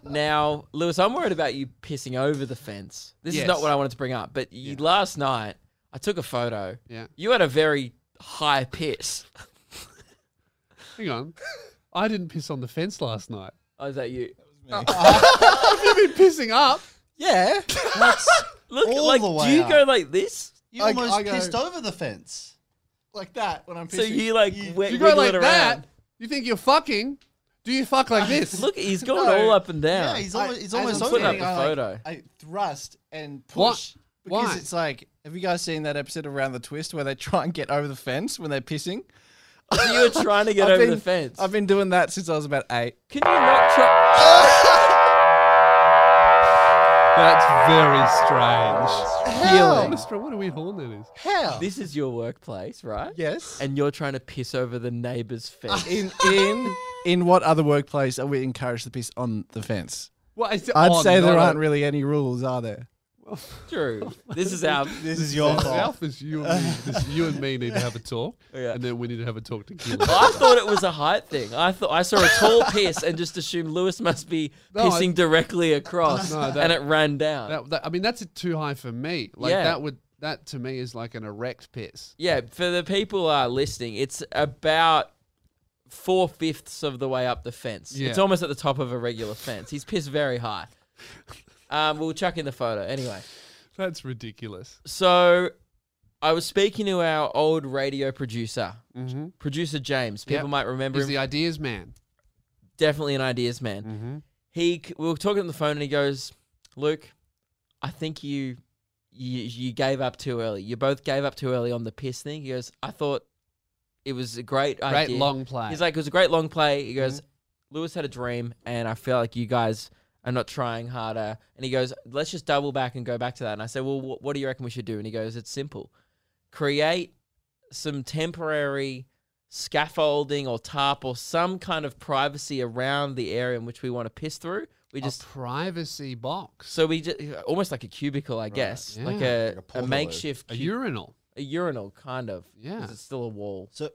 B: Now, Lewis, I'm worried about you pissing over the fence. This is
A: Yes.
B: not what I wanted to bring up, but you,
A: Yeah.
B: last night I took a photo.
A: Yeah.
B: You had a very high piss.
A: Hang on. I didn't piss on the fence last night.
B: Oh, is that you?
A: You've been pissing up.
C: yeah.
B: Look,
C: All
B: like,
C: the
B: do
C: way
B: you
C: up.
B: go like this?
C: You
E: I-
C: almost
E: I go-
C: pissed over the fence.
E: like that when I'm
B: So
E: pissing.
B: you like
C: You-
B: wet,
A: You go
B: wiggle
A: like
B: it around.
A: that. You think you're fucking? Do you fuck like this?
B: Look, he's going
E: No.
B: all up and down.
C: Yeah, he's
E: I-
C: almost, he's
E: as
C: almost
E: I'm
C: over.
B: putting up
C: it.
B: the
E: I, like,
B: photo.
E: I thrust and push
A: Why-
E: because
A: why?
E: it's like
D: Have you guys seen that episode of Around the Twist where they try and get over the fence when they're pissing?
B: So you were trying to get
D: I've
B: over
D: been-
B: the fence.
D: I've been doing that since I was about eight.
B: Can you not try?
A: That's very strange.
E: how?
A: Mr. What a weird horn that is.
E: How?
B: This is your workplace, right?
E: yes.
B: And you're trying to piss over the neighbor's fence.
D: In in in what other workplace are we encouraged to piss on the fence?
A: Well, it's
D: I'd
A: on,
D: say there
A: Oh, not
D: aren't
A: on.
D: really any rules, are there?
B: True. This is our.
C: This is your fault.
A: Alf, it's you and me. It's you and me need to have a talk,
B: Yeah.
A: and then we need to have a talk to
B: I
A: Keelan.
B: thought it was a height thing. I thought I saw a tall piss and just assumed Lewis must be
A: No, I-
B: pissing directly across,
A: No, that-
B: and it ran down.
A: that, that, I mean, that's too high for me. Like
B: Yeah.
A: that would that to me is like an erect piss.
B: yeah, for the people uh, listening, it's about four fifths of the way up the fence.
A: Yeah.
B: It's almost at the top of a regular fence. He's pissed very high. Um, we'll chuck in the photo anyway.
A: That's ridiculous.
B: So I was speaking to our old radio producer,
A: Mm-hmm.
B: producer James. People
A: Yep.
B: might remember
A: He's
B: him.
A: the ideas man.
B: definitely an ideas man.
A: Mm-hmm.
B: he c- we were talking on the phone and he goes, Luke, I think you you you gave up too early. You both gave up too early on the piss thing. He goes, I thought it was a great
A: Great
B: idea.
A: long play.
B: He's like, it was a great long play. He goes,
A: Mm-hmm.
B: Lewis had a dream, and I feel like you guys are not trying harder. And he goes, let's just double back and go back to that. And I say, well, wh- what do you reckon we should do? And he goes, it's simple. Create some temporary scaffolding or tarp or some kind of privacy around the area in which we want to piss through. We just
A: a privacy box,
B: so we just almost like a cubicle, I guess,
A: Yeah.
B: like a,
C: Like a
B: a,
C: portal.
B: makeshift
A: a
B: cu-
A: urinal.
B: a urinal kind of. 'cause
A: Yeah.
B: it's still a wall.
C: So,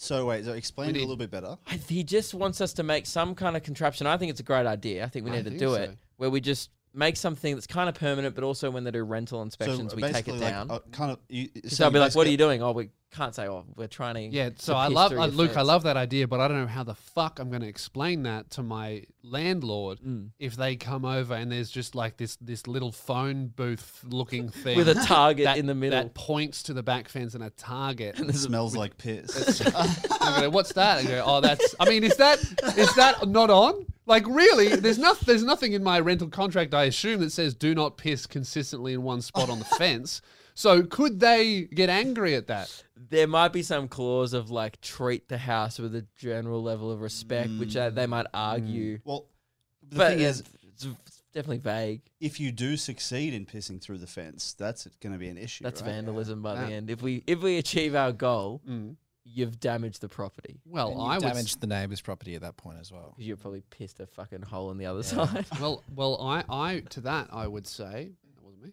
C: so wait. So explain
A: We
C: it a
A: need-
C: little bit better.
B: I, he just wants us to make some kind of contraption. I think it's a great idea. I think we
A: I
B: need to
A: think
B: do
A: so.
B: it where we just make something that's kind of permanent, but also when they do rental inspections, we take
C: basically,
B: it
C: like,
B: down.
C: uh, kind of. You,
B: Because
C: so
B: they'll be like, "What are
C: basically-
B: you doing?" Oh, we can't say. Oh, we're trying to.
A: Yeah, so
B: to
A: I
B: piss
A: love
B: through
A: uh,
B: your
A: Luke. I
B: fence.
A: love that idea, but I don't know how the fuck I'm going to explain that to my landlord
B: Mm.
A: if they come over and there's just like this this little phone booth looking thing
B: with a target
A: that-
B: in the middle.
A: that points to the back fence and a target.
C: It smells like piss.
A: I go, What's that? I go, oh, that's. I mean, is that is that not on? Like, really? There's not. There's nothing in my rental contract. I assume that says do not piss consistently in one spot on the fence. So could they get angry at that?
B: there might be some clause of like treat the house with a general level of respect, which uh, they might argue.
C: well, Mm. the
B: but uh,
C: thing is,
B: it's it's definitely vague.
C: if you do succeed in pissing through the fence, that's going to be an issue.
B: That's
C: right?
B: vandalism by the
A: Yeah.
B: end. If we if we achieve our goal,
A: Mm.
B: you've damaged the property
A: Well,
D: And you
A: I would. s-
D: damaged the neighbour's property at that point as well.
B: because you probably pissed a fucking hole in the other side.
A: Well, well, I, I to that I would say that wasn't me.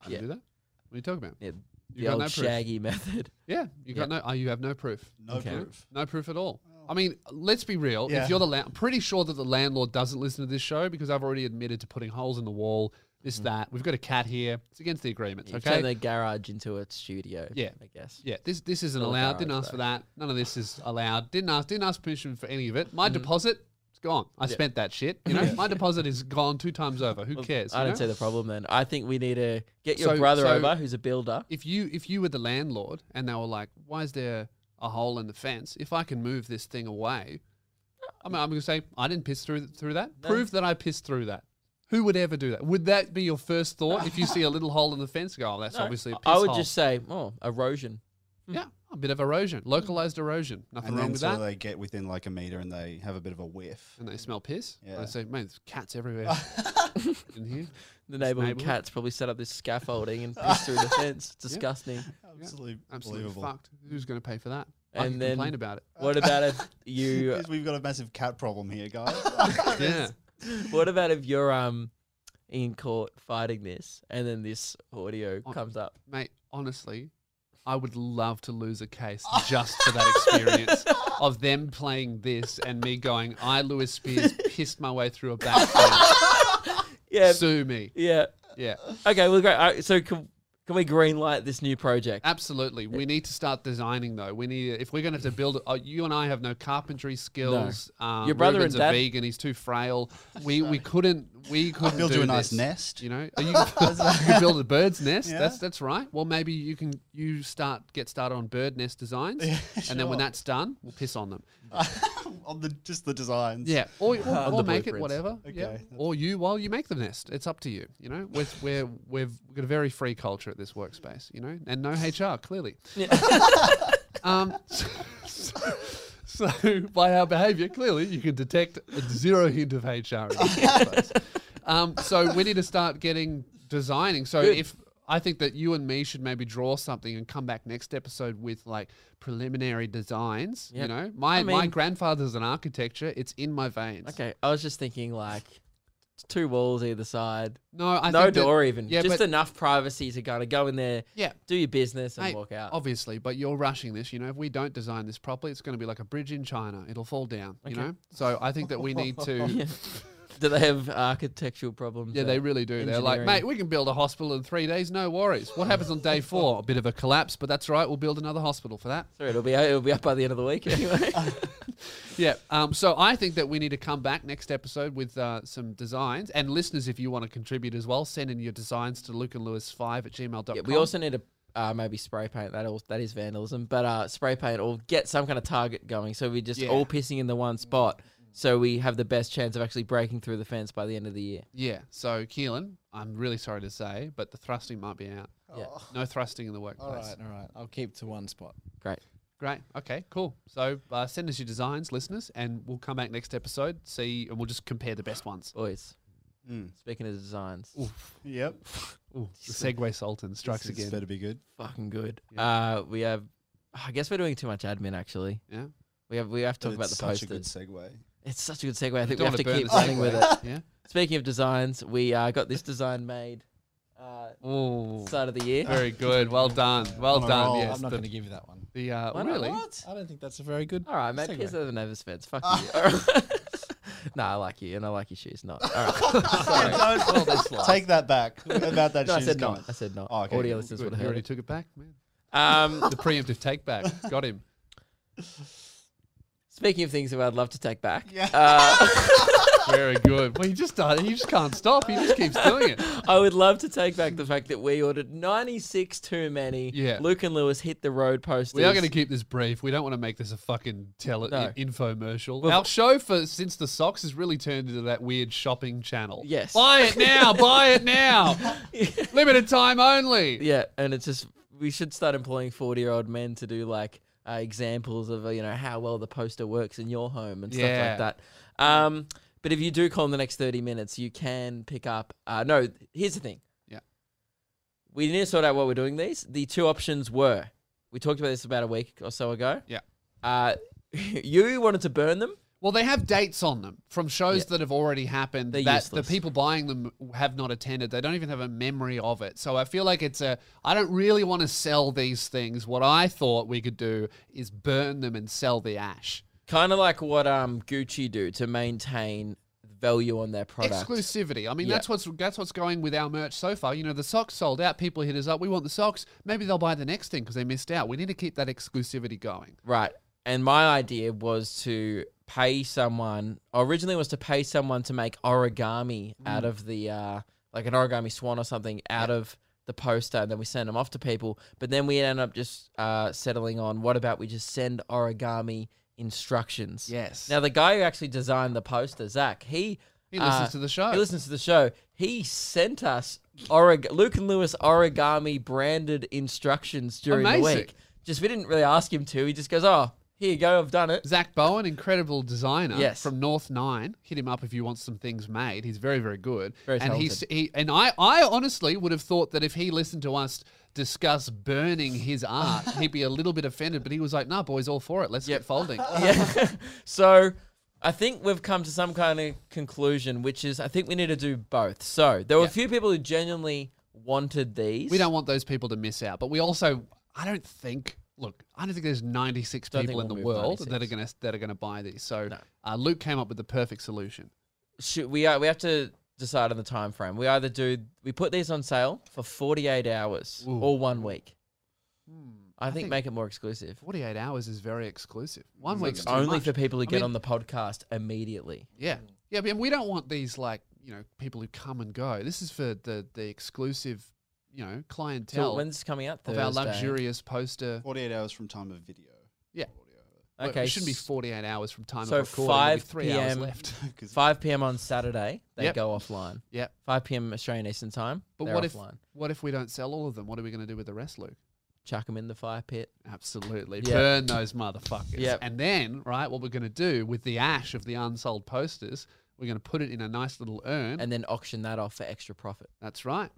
A: I didn't
B: Yeah.
A: do that. What are you talking about?
B: Yeah,
A: You
B: the
A: got
B: old
A: no proof.
B: shaggy method.
A: Yeah, you got no. Oh, you have no proof.
C: No
B: Okay.
C: proof.
A: No proof at all. I mean, let's be real.
C: Yeah.
A: If you're the, la- I'm pretty sure that the landlord doesn't listen to this show because I've already admitted to putting holes in the wall. This, that. We've got a cat here. It's against the agreements.
B: You
A: Okay.
B: Mm-hmm. Turn the garage into a studio.
A: Yeah.
B: I guess.
A: yeah. This, this isn't
B: Not a
A: allowed. Didn't
B: garage,
A: ask for
B: though. Mm-hmm.
A: that. None of this is allowed. Didn't ask. Didn't ask permission for any of it. My deposit. gone. I spent that shit. You know, my deposit is gone two times over. Who cares?
B: I
A: you
B: don't
A: know?
B: see the problem then. I think we need to get
A: So-
B: your brother
A: so-
B: over, who's a builder.
A: if you if you were the landlord and they were like, "Why is there a hole in the fence? If I can move this thing away, I mean, I'm going to say I didn't piss through through that. Prove that I pissed through that. Who would ever do that? Would that be your first thought if you see a little hole in the fence? Go, oh, that's obviously a piss
B: I would
A: hole."
B: just say, oh, erosion.
A: yeah, a bit of erosion, localized erosion. Nothing
C: and
A: wrong
C: then
A: with
C: so
A: that.
C: they get within like a meter and they have a bit of a whiff.
A: and they smell piss.
C: Yeah.
A: And I say, man, there's cats everywhere in here.
B: The neighborhood
A: neighborhood.
B: cats probably set up this scaffolding and pissed through the fence. Disgusting.
C: Absolutely
A: Absolutely
C: believable.
A: fucked. Who's going to pay for that? I
B: And
A: can
B: then-
A: complain about it.
B: What about if you?
C: We've got a massive cat problem here, guys.
A: yeah.
B: What about if you're um in court fighting this, and then this audio
A: Oh.
B: comes up?
A: mate, honestly, I would love to lose a case just for that experience of them playing this and me going, I, Lewis Spears, pissed my way through a back fence.
B: Yeah,
A: Sue me.
B: yeah.
A: Yeah,
B: Okay, well, great. All right, so can, can we green light this new project?
A: absolutely. We need to start designing, though. We need, if we're going to have to build, oh, you and I have no carpentry skills. Um,
B: Your brother
A: Ruben's
B: and
A: a
B: dad-
A: vegan. He's too frail. We we couldn't, we couldn't
C: Build
A: do
C: you a nice
A: this.
C: nest.
A: You know, Are you, you can build a bird's nest.
C: Yeah.
A: That's that's right. Well, maybe you can you start get started on bird nest designs, and then when
C: sure.
A: that's done, we'll piss on them.
C: on the just the designs.
A: Yeah, or or,
B: uh, On
A: or
B: the
A: make it
B: blueprints.
A: whatever. yeah,
C: that's-
A: or you while you make the nest, it's up to you. You know, we're we're we've got a very free culture at this workspace. You know, and no HR clearly. um, so, so by our behaviour, clearly you can detect zero hint of HR. In this workspace. um, so we need to start getting designing. So
B: Good.
A: if I think that you and me should maybe draw something and come back next episode with like preliminary designs. You
B: Yep.
A: know, my
B: I
A: my
B: mean-
A: grandfather's an architecture. It's in my veins.
B: Okay, I was just thinking like two walls either side,
A: No, I
B: no
A: think that-
B: door even,
A: yeah,
B: just
A: but-
B: enough privacy to kind of go in there,
A: Yeah.
B: do your business and
A: Mate,
B: walk out.
A: Obviously, but you're rushing this. You know, if we don't design this properly, it's going to be like a bridge in China. It'll fall down. You
B: Okay.
A: know, so I think that we need to. yeah.
B: Do they have architectural problems?
A: they
B: there?
A: really do. They're like,
B: Engineering.
A: mate, we can build a hospital in three days, no worries. What happens on day four? A bit of a collapse, but that's right. We'll build another hospital for that.
B: Sorry, it'll be it'll be up by the end of the week anyway.
A: Yeah. Um, so I think that we need to come back next episode with uh, some designs. And listeners, if you want to contribute as well, send in your designs to lukeandlewis5 at gmail.com.
B: yeah, we also need to uh, maybe spray paint. That all that is vandalism, but uh, spray paint or get some kind of target going. So we're just
A: Yeah.
B: all pissing in the one spot. So we have the best chance of actually breaking through the fence by the end of the year.
A: Yeah. So, Keelan, I'm really sorry to say, but the thrusting might be out.
B: Yeah.
A: No thrusting in the
D: All
A: workplace.
D: right, all right. I'll keep to one spot.
B: Great.
A: Great. Okay. Cool. So uh, send us your designs, listeners, and we'll come back next episode. See, and we'll just compare the best ones.
B: Boys,
C: Mm.
B: speaking of designs,
C: Yep.
A: Ooh, the Segway Sultan strikes
C: This is
A: again.
C: Better be good.
B: fucking good. Uh, we have. I guess we're doing too much admin. Actually,
A: Yeah.
B: we have we have to
C: But
B: talk about
C: it's
B: the
C: such
B: posters.
C: a good segue.
B: It's such a good segue. I think we
A: Don't
B: have to
A: wanna burn
B: keep
A: the
B: running with it.
A: Yeah.
B: Speaking of designs, we uh, got this design made uh,
A: Ooh.
B: start of the year.
A: Very good. Well done. Well
C: On a
A: done.
C: roll.
A: Yes.
D: I'm not
A: the,
D: going to give you that one.
A: the, uh,
B: Why not?
A: really.
B: What?
D: I don't think that's a very good.
B: All right, mate.
D: Segue.
B: Here's the Never Spends. Fuck you. All right. nah, I like you, and I like your shoes. Not. All right. Sorry.
C: Take that back about that.
B: No, I
C: shoes
B: said
C: comment.
B: not. I said not.
C: Oh, okay,
B: Audio
C: good,
B: listeners
A: Good.
B: would
A: You
B: have heard
A: already
B: it.
A: took it back, man.
B: Um,
A: The preemptive take back. Got him.
B: speaking of things that I'd love to take back, uh,
A: Very good. Well, he just started. He just can't stop. He just keeps doing it.
B: I would love to take back the fact that we ordered 96 too many.
A: Yeah.
B: Luke and Lewis hit the road posters.
A: We are going to keep this brief. We don't want to make this a fucking tele-
B: No.
A: infomercial. Our show for since the socks has really turned into that weird shopping channel.
B: Yes.
A: buy it now, buy it now. Limited time only.
B: Yeah, and it's just we should start employing forty-year-old men to do like uh, examples of uh, you know how well the poster works in your home and stuff
A: Yeah.
B: like that. Um, but if you do call in the next thirty minutes, you can pick up. Uh, no, here's the thing.
A: Yeah.
B: we need to sort out what we're doing. These the two options were we talked about this about a week or so ago.
A: Yeah.
B: Uh, you wanted to burn them.
A: Well, they have dates on them from shows
B: Yeah.
A: that have already happened.
B: They're
A: that
B: useless.
A: the people buying them have not attended. They don't even have a memory of it. So I feel like it's a. I don't really want to sell these things. What I thought we could do is burn them and sell the ash.
B: Kind of like what um Gucci do to maintain value on their product.
A: exclusivity. I mean,
B: Yeah.
A: that's what's that's what's going with our merch so far. You know, the socks sold out. People hit us up. We want the socks. Maybe they'll buy the next thing because they missed out. We need to keep that exclusivity going.
B: Right. And my idea was to pay someone. Originally, was to pay someone to make origami out of the uh, like an origami swan or something out of the poster, and then we send them off to people. But then we end up just uh, settling on what about we just send origami instructions.
A: Yes.
B: Now the guy who actually designed the poster, Zach, he
A: He listens
B: uh,
A: to the show.
B: He listens to the show. He sent us orig- Luke and Lewis origami branded instructions during
A: Amazing.
B: the week. Just we didn't really ask him to. He just goes, "Oh, here you go. I've done it."
A: Zach Bowen, incredible designer
B: Yes.
A: from North Nine. Hit him up if you want some things made. He's very, very good.
B: Very
A: and he's he and I, I honestly would have thought that if he listened to us discuss burning his art, he'd be a little bit offended. But he was like, "Nah, boys, all for it. Let's get folding."
B: yeah. so I think we've come to some kind of conclusion, which is I think we need to do both. So there were a few people who genuinely wanted these.
A: We don't want those people to miss out, but we also, I don't think. Look, I don't think there's 96
B: Don't think
A: people in the
B: we'll move
A: world that are
B: 96.
A: gonna that are gonna buy these. So
B: No.
A: uh, Luke came up with the perfect solution.
B: Should we uh, we have to decide on the time frame. We either do we put these on sale for 48 hours
A: Ooh. Hmm.
B: or one week. I, think,
A: think-
B: make it more exclusive.
A: 48 hours is very exclusive. One
B: It's
A: week's too
B: only
A: much.
B: for people who
A: I
B: get
A: mean-
B: on the podcast immediately.
A: Yeah. Yeah, but we don't want these like, you know, people who come and go. This is for the the exclusive, you know,
B: So
A: clientele
B: when's this coming out?
A: of
B: Thursday.
A: our luxurious poster.
C: 48 hours from time of video.
A: Yeah. Look,
B: Okay.
A: it shouldn't be
B: s-
A: 48 hours from time
B: so
A: of recording. There'll be
B: 5
A: three hours
B: PM.
A: left.
C: 'Cause
B: 5 p.m. on Saturday, they
A: Yep.
B: go offline.
A: Yep.
B: 5 p.m. Australian Eastern Time.
A: But
B: they're
A: what if
B: offline.
A: what if we don't sell all of them? What are we going to do with the rest, Luke?
B: chuck them in the fire pit.
A: Absolutely.
B: Yeah.
A: Burn those motherfuckers.
B: Yep.
A: And then, right, what we're going to do with the ash of the unsold posters, we're going to put it in a nice little urn.
B: and then auction that off for extra profit.
A: That's right.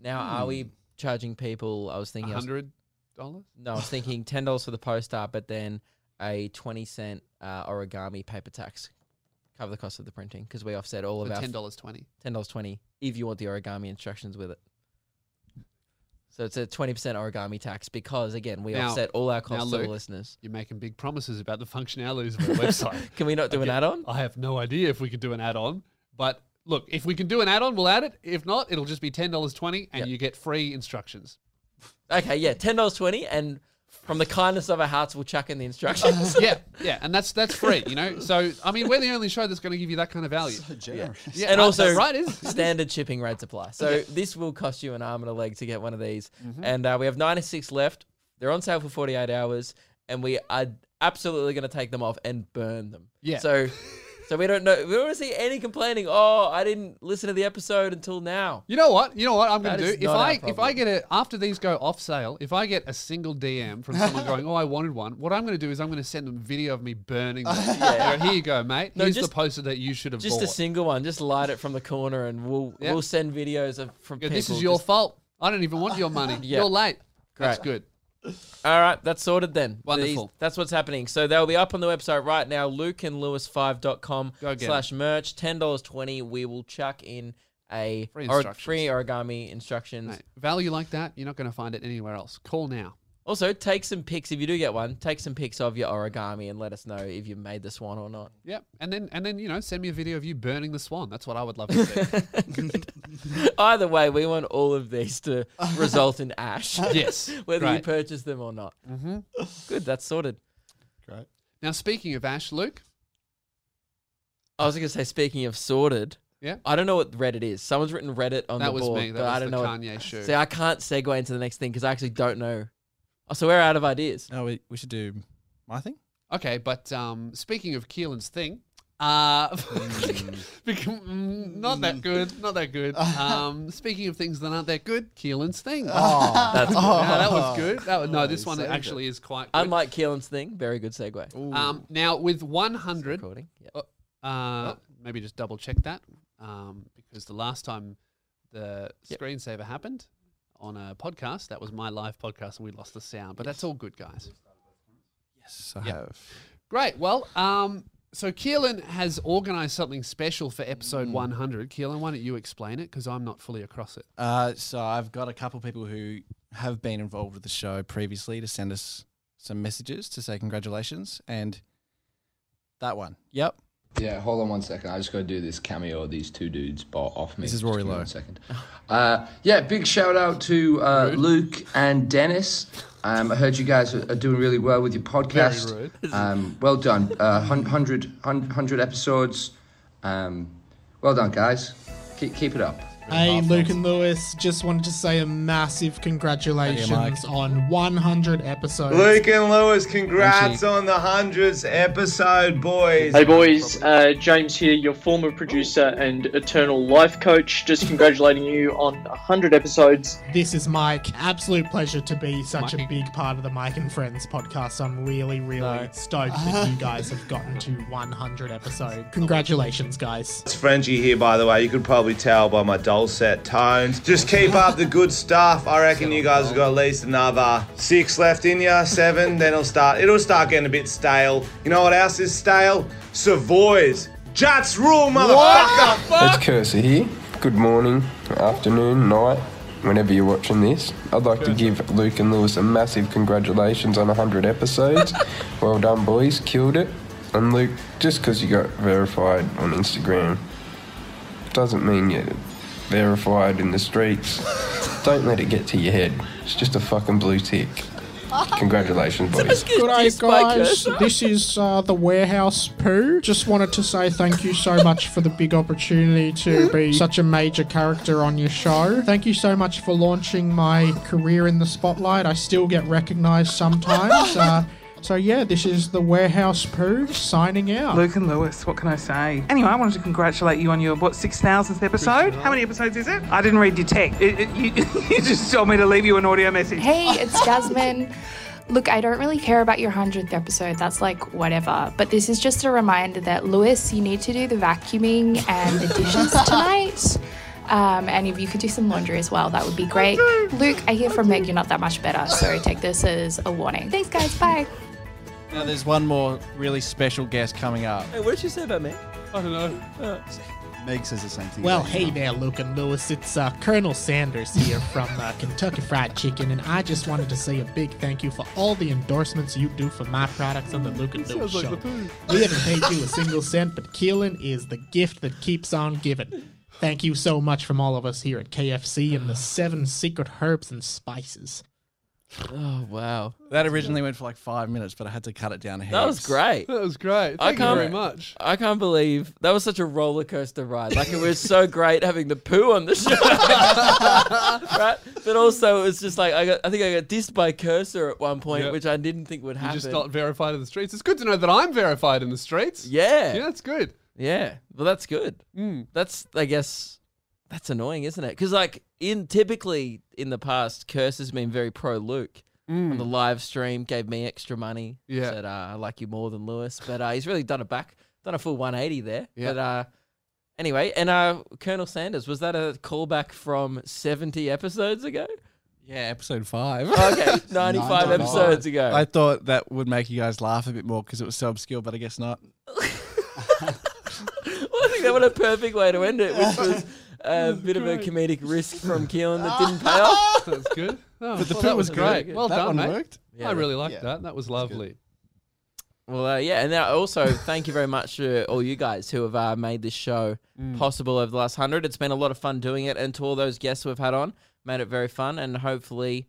B: Now,
A: Hmm.
B: are we charging people? I was thinking, I was,
A: $100? Well,
B: no, I was thinking ten dollars for the post art, but then a twenty cent uh, origami paper tax cover the cost of the printing because we offset all of our ten
A: $10.20.
B: dollars twenty if you want the origami instructions with it. So it's a twenty percent origami tax because again we
A: Now-
B: offset all our costs to the
A: Luke,
B: listeners.
A: You're making big promises about the functionalities of our website.
B: Can we not do an
A: Okay.
B: add-on?
A: I have no idea if we could do an add-on, but look, if we can do an add-on, we'll add it. If not, it'll just be ten dollars twenty, and
B: Yep.
A: you get free instructions.
B: Okay, yeah, ten dollars twenty, and from the kindness of our hearts, we'll chuck in the instructions.
A: yeah, yeah, and that's that's free, you know. So I mean, we're the only show that's going to give you that kind of value.
C: So generous.
A: Yeah,
B: and
A: uh,
B: also
A: that's right is
B: standard shipping rates apply. So this will cost you an arm and a leg to get one of these.
A: Mm-hmm.
B: And uh, we have 96 left. They're on sale for 48 hours, and we are absolutely going to take them off and burn them.
A: Yeah.
B: So, so we don't know. We don't want to see any complaining. Oh, I didn't listen to the episode until now.
A: You know what? You know what I'm going
B: That
A: to
B: is
A: do? If
B: not our
A: I if I
B: problem.
A: get a after these go off sale, if I get a single DM from someone going, "Oh, I wanted one," what I'm going to do is I'm going to send them a video of me burning. Them.
B: Yeah.
A: You know, Here you go, mate.
B: No,
A: Here's
B: just-
A: the poster that you should have
B: Just
A: bought.
B: a single one. Just light it from the corner, and we'll
A: Yeah.
B: we'll send videos of from
A: Yeah,
B: people.
A: this is your
B: Just-
A: fault. I don't even want your money.
B: Yeah.
A: You're late. That's
B: Great.
A: good.
B: All right, that's sorted then.
A: Wonderful.
B: that's what's happening. So they'll be up on the website right now, lukeandlewis5.com
A: Go get 'em.
B: slash merch, $10.20. We will chuck in a
A: Free
B: or-
A: instructions.
B: free origami instructions.
A: Mate, value like that, you're not going to find it anywhere else. Call now.
B: Also, take some pics if you do get one. Take some pics of your origami and let us know if you made this one or not.
A: Yep. And then and then you know, send me a video of you burning the swan. That's what I would love to see.
B: Either way, we want all of these to result in ash,
A: yes.
B: whether you
A: Great.
B: purchase them or not. Mm-hmm. Good, that's sorted.
C: Great.
A: now speaking of Ash, Luke,
B: I was going to say, speaking of sorted,
A: Yeah.
B: I don't know what Reddit is. Someone's written Reddit on
A: that
B: the
A: was
B: board,
A: me. That
B: but
A: was
B: I don't
A: the
B: know what
A: Kanye shoe.
B: See, I can't segue into the next thing because I actually don't know. Oh, so we're out of ideas.
D: No, we, we should do my thing.
A: okay, but um, speaking of Keelan's thing, uh, become- mm, not that good, not that good. Um, speaking of things that aren't that good, Keelan's thing.
C: Oh,
B: That's good.
A: Yeah, that was good. That was, no,
C: Oh,
A: this
C: you
A: one
C: saved
A: actually is quite good.
B: Unlike Keelan's thing, very good segue.
D: Oh,
A: Um, now with 100,
B: Recording. Yep.
A: Uh, maybe just double check that um, because the last time the
B: Yep.
A: screensaver happened on a podcast, that was my live podcast and we lost the sound. But that's all good, guys.
D: Yes, I
A: Yeah.
D: have.
A: Great. Well, um, so Keelan has organised something special for episode 100. Keelan, why don't you explain it because I'm not fully across it.
D: Uh, so I've got a couple people who have been involved with the show previously to send us some messages to say congratulations and that one. Yep.
F: Yeah, hold on one second. I just got to do this cameo of these two dudes bought off me.
D: This is
F: Just
D: Rory
F: give me
D: Lowe.
F: One second. Uh, yeah, big shout out to uh, Luke and Dennis. Um, I heard you guys are are doing really well with your podcast.
A: rude.
F: Um, well done. Uh, 100, 100 episodes. Um, well done, guys. Keep, keep it up.
E: Hey, Luke and Lewis, just wanted to say a massive congratulations on 100 episodes.
G: Luke and Lewis, congrats on the hundredth episode, boys.
H: Hey boys, uh, James here, your former producer and eternal life coach. Just congratulating you on 100 episodes.
E: This is Mike. Absolute pleasure to be such a big part of the Mike and Friends podcast. I'm really, really stoked that you guys have gotten to 100 episodes. Congratulations, guys.
G: It's Frenchie here, by the way. You could probably tell by my dulcet tones. Just keep up the good stuff. I reckon you guys have got at least another six left in you, seven. Then it'll start. It'll start getting a bit stale. You know what else is stale? Savoys. Jats rule, motherfucker.
I: It's Cursor here. Good morning, afternoon, night, whenever you're watching this. I'd like to give Luke and Lewis a massive congratulations on 100 episodes. well done, boys. Killed it. And Luke, just because you got verified on Instagram doesn't mean you're verified in the streets. Don't let it get to your head. It's just a fucking blue tick. Congratulations, boys.
E: Good day,
B: Just by
E: guys.
B: Cursor.
E: This is uh, the warehouse poo. Just wanted to say thank you so much for the big opportunity to be such a major character on your show. Thank you so much for launching my career in the spotlight. I still get recognised sometimes. Uh, so yeah, this is the warehouse poo signing out.
J: Luke and Lewis, what can I say? Anyway, I wanted to congratulate you on your, what, 6,000th episode? How many episodes is it? I didn't read your text. It- it- you, you just told me to leave you an audio message.
K: Hey, it's Jasmine. Look, I don't really care about your 100th episode. That's like whatever. But this is just a reminder that, Lewis, you need to do the vacuuming and the dishes tonight. Um, and if you could do some laundry as well, that would be great. Luke, I hear from Meg you're not that much better. So take this as a warning. Thanks, guys. Bye.
D: Now, there's one more really special guest coming up.
B: Hey, what did you say about me?
A: I don't know.
C: Meg says the same thing.
E: Well,
C: about
E: hey
C: you.
E: there, Luke and Lewis. It's uh, Colonel Sanders here from uh, Kentucky Fried Chicken, and I just wanted to say a big thank you for all the endorsements you do for my products on the Luke and Lewis show. we haven't paid you a single cent, but Keelan is the gift that keeps on giving. Thank you so much from all of us here at KFC and the seven secret herbs and spices.
B: Oh wow,
D: That originally went for like five minutes, but I had to cut it down. Heaps.
B: that was great.
A: That was great.
B: I
A: Thank you
B: can't-
A: very much.
B: I can't believe that was such a roller coaster ride. Like it was so great having the poo on the show, right? But also it was just like I got. I think I got dissed by cursor at one point,
A: Yeah.
B: which I didn't think would
A: You're
B: happen.
A: just not verified in the streets. It's good to know that I'm verified in the streets.
B: yeah,
A: Yeah,
B: yeah,
A: that's good.
B: Well, that's good.
A: Mm.
B: That's I guess that's annoying, isn't it? Because like in typically in the past, cursor's been very pro Luke. On the live stream, gave me extra money.
A: Mm. Yeah.
B: said uh, I like you more than Lewis, but uh, he's really done it back, done a full 180 there.
A: Yeah.
B: But uh, anyway, and uh, Colonel Sanders was that a callback from 70 episodes ago?
D: Yeah, episode five.
B: Okay, 95
C: 95.
B: episodes ago.
D: I thought that would make you guys laugh a bit more because it was so obscure, but I guess not.
B: well, I think that was a perfect way to end it, which was a bit of a comedic risk from Keelan that didn't pay off.
A: That's good. Oh,
D: But the
A: well,
D: pit
A: that
D: was
A: great.
D: good.
A: Well
D: That
A: done,
D: one
A: mate.
D: worked.
B: Yeah,
A: I really liked
C: yeah.
A: that. That was lovely.
B: Well, uh, yeah, and now also thank you very much to all you guys who have uh, made this show
A: Mm.
B: possible over the last hundred. It's been a lot of fun doing it, and to all those guests we've had on, made it very fun. And hopefully,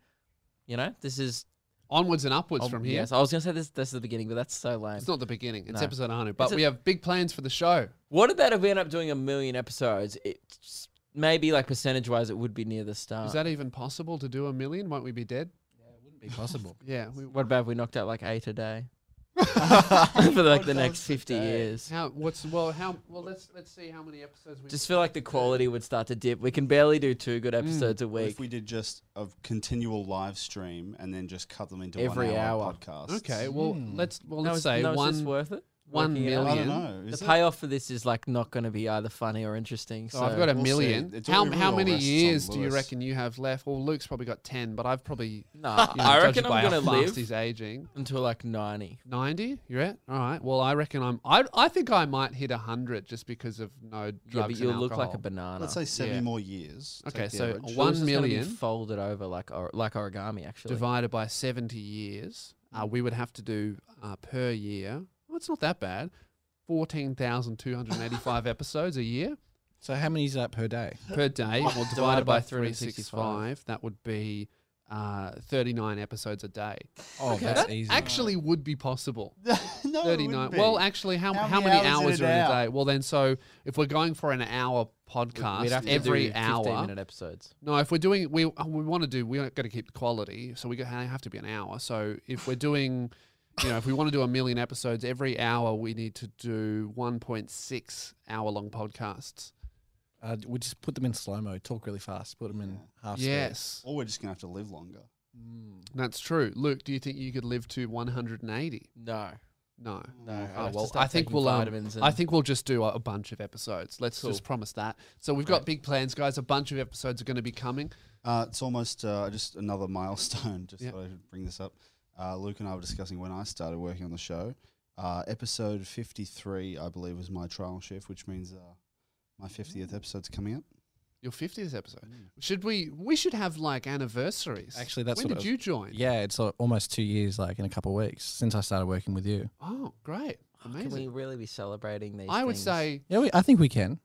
B: you know, this is
A: Onwards and upwards
B: oh,
A: from here.
B: Yes, I was gonna say this. This is the beginning, but that's so lame.
A: It's not the beginning. It's
B: No.
A: episode 100. But
B: It's a-
A: we have big plans for the show.
B: What if that if we end up doing a million episodes? It's maybe like percentage wise, it would be near the start.
A: Is that even possible to do a million? Won't we be dead?
D: Be possible.
A: Yeah. We,
B: what about if we knocked out like eight a day for like the next fifty years?
A: how? What's well? How? Well, let's let's see how many episodes we
B: Just feel like the quality would start to dip. We can barely do two
C: Mm.
B: good episodes a
C: What
B: week.
C: if we did just a continual live stream and then just cut them into
B: Every
C: one hour,
B: hour.
C: podcasts?
A: Okay. Well, let's well
B: No,
A: let's
B: Hmm. is-
A: say
B: no, is
A: one
B: this worth it?
A: one
B: Working it
A: million.
B: out?
C: I don't know.
B: The
C: Is it?
B: payoff for this is like not going to be either funny or interesting. So,
A: So Oh, I've got a
C: We'll see.
A: million.
C: It's all-
A: How,
C: it
A: how
C: all
A: many
C: rests on
A: years do you
C: Lewis.
A: reckon you have left? Well, Luke's probably got 10, but I've probably.
B: Nah,
A: you know,
B: I
A: judged
B: reckon
A: by
B: I'm
A: how
B: going to
A: fast
B: live
A: He's aging.
B: until like ninety.
A: 90, you're at? All right. Well, I reckon I'm. I, I think I might hit 100 just because of no drugs.
B: Yeah, but
A: and
B: you'll look like a
A: alcohol.
B: banana.
C: Let's say 70
A: Yeah.
C: more years.
A: Okay,
C: Take the
A: so
C: average.
A: one
B: Yours is gonna be
A: million.
B: folded over like or, like origami. Actually,
A: divided by 70 years, uh, we would have to do uh, per year. Well, it's not that bad. 14,285 episodes a year
D: So how many is that per day?
A: per day. Well, divided by 365, that would be uh, 39 episodes a day.
D: Oh, Okay. that's
A: that
D: easy.
A: Actually, would be possible.
C: no,
A: 39.
C: be.
A: Well, actually, how,
C: How
A: how,
C: many
A: many,
C: hours in
A: hours,
C: a
A: are in a
C: day?
A: day? Well, then, so if we're going for an hour podcast
B: We'd have to
A: every
B: do
A: hour,
B: 15-minute episodes.
A: No, if we're doing, we oh, we want to do, we got to keep the quality, so we got, have to be an hour. So if we're doing, you know, if we want to do a million episodes every hour, we need to do 1.6 hour long podcasts.
D: Uh, we just put them in slow mo, talk really fast, put them in half speed.
A: Yes.
C: Or we're just gonna have to live longer.
A: That's true. Luke, do you think you could live to 180?
B: No.
A: No.
B: No, I'd
A: Oh,
B: have to
A: well,
B: start
A: I think
B: taking
A: we'll um,
B: vitamins
A: I
B: and-
A: think we'll just do a, a bunch of episodes. Let's
B: Cool.
A: just promise that. So we've got big plans, guys. A bunch of episodes are going to be coming.
C: Uh, it's almost uh, just another milestone. Just thought I should bring this up. Uh, Luke and I were discussing when I started working on the show. Uh, episode 53, I believe, was my trial shift, which means uh, my
A: Mm.
C: 50th episode's coming up.
A: Your 50th episode. Should we? We should have like anniversaries.
D: Hmm. Actually, that's
A: when
D: what
A: did
D: I was-
A: you join?
D: Yeah, it's uh, almost two years, like in a couple of weeks, since I started working with you.
A: Oh, great!
B: Can we
A: Amazing.
B: really be celebrating these?
A: I would
B: things?
A: say.
D: Yeah, we, I think we can.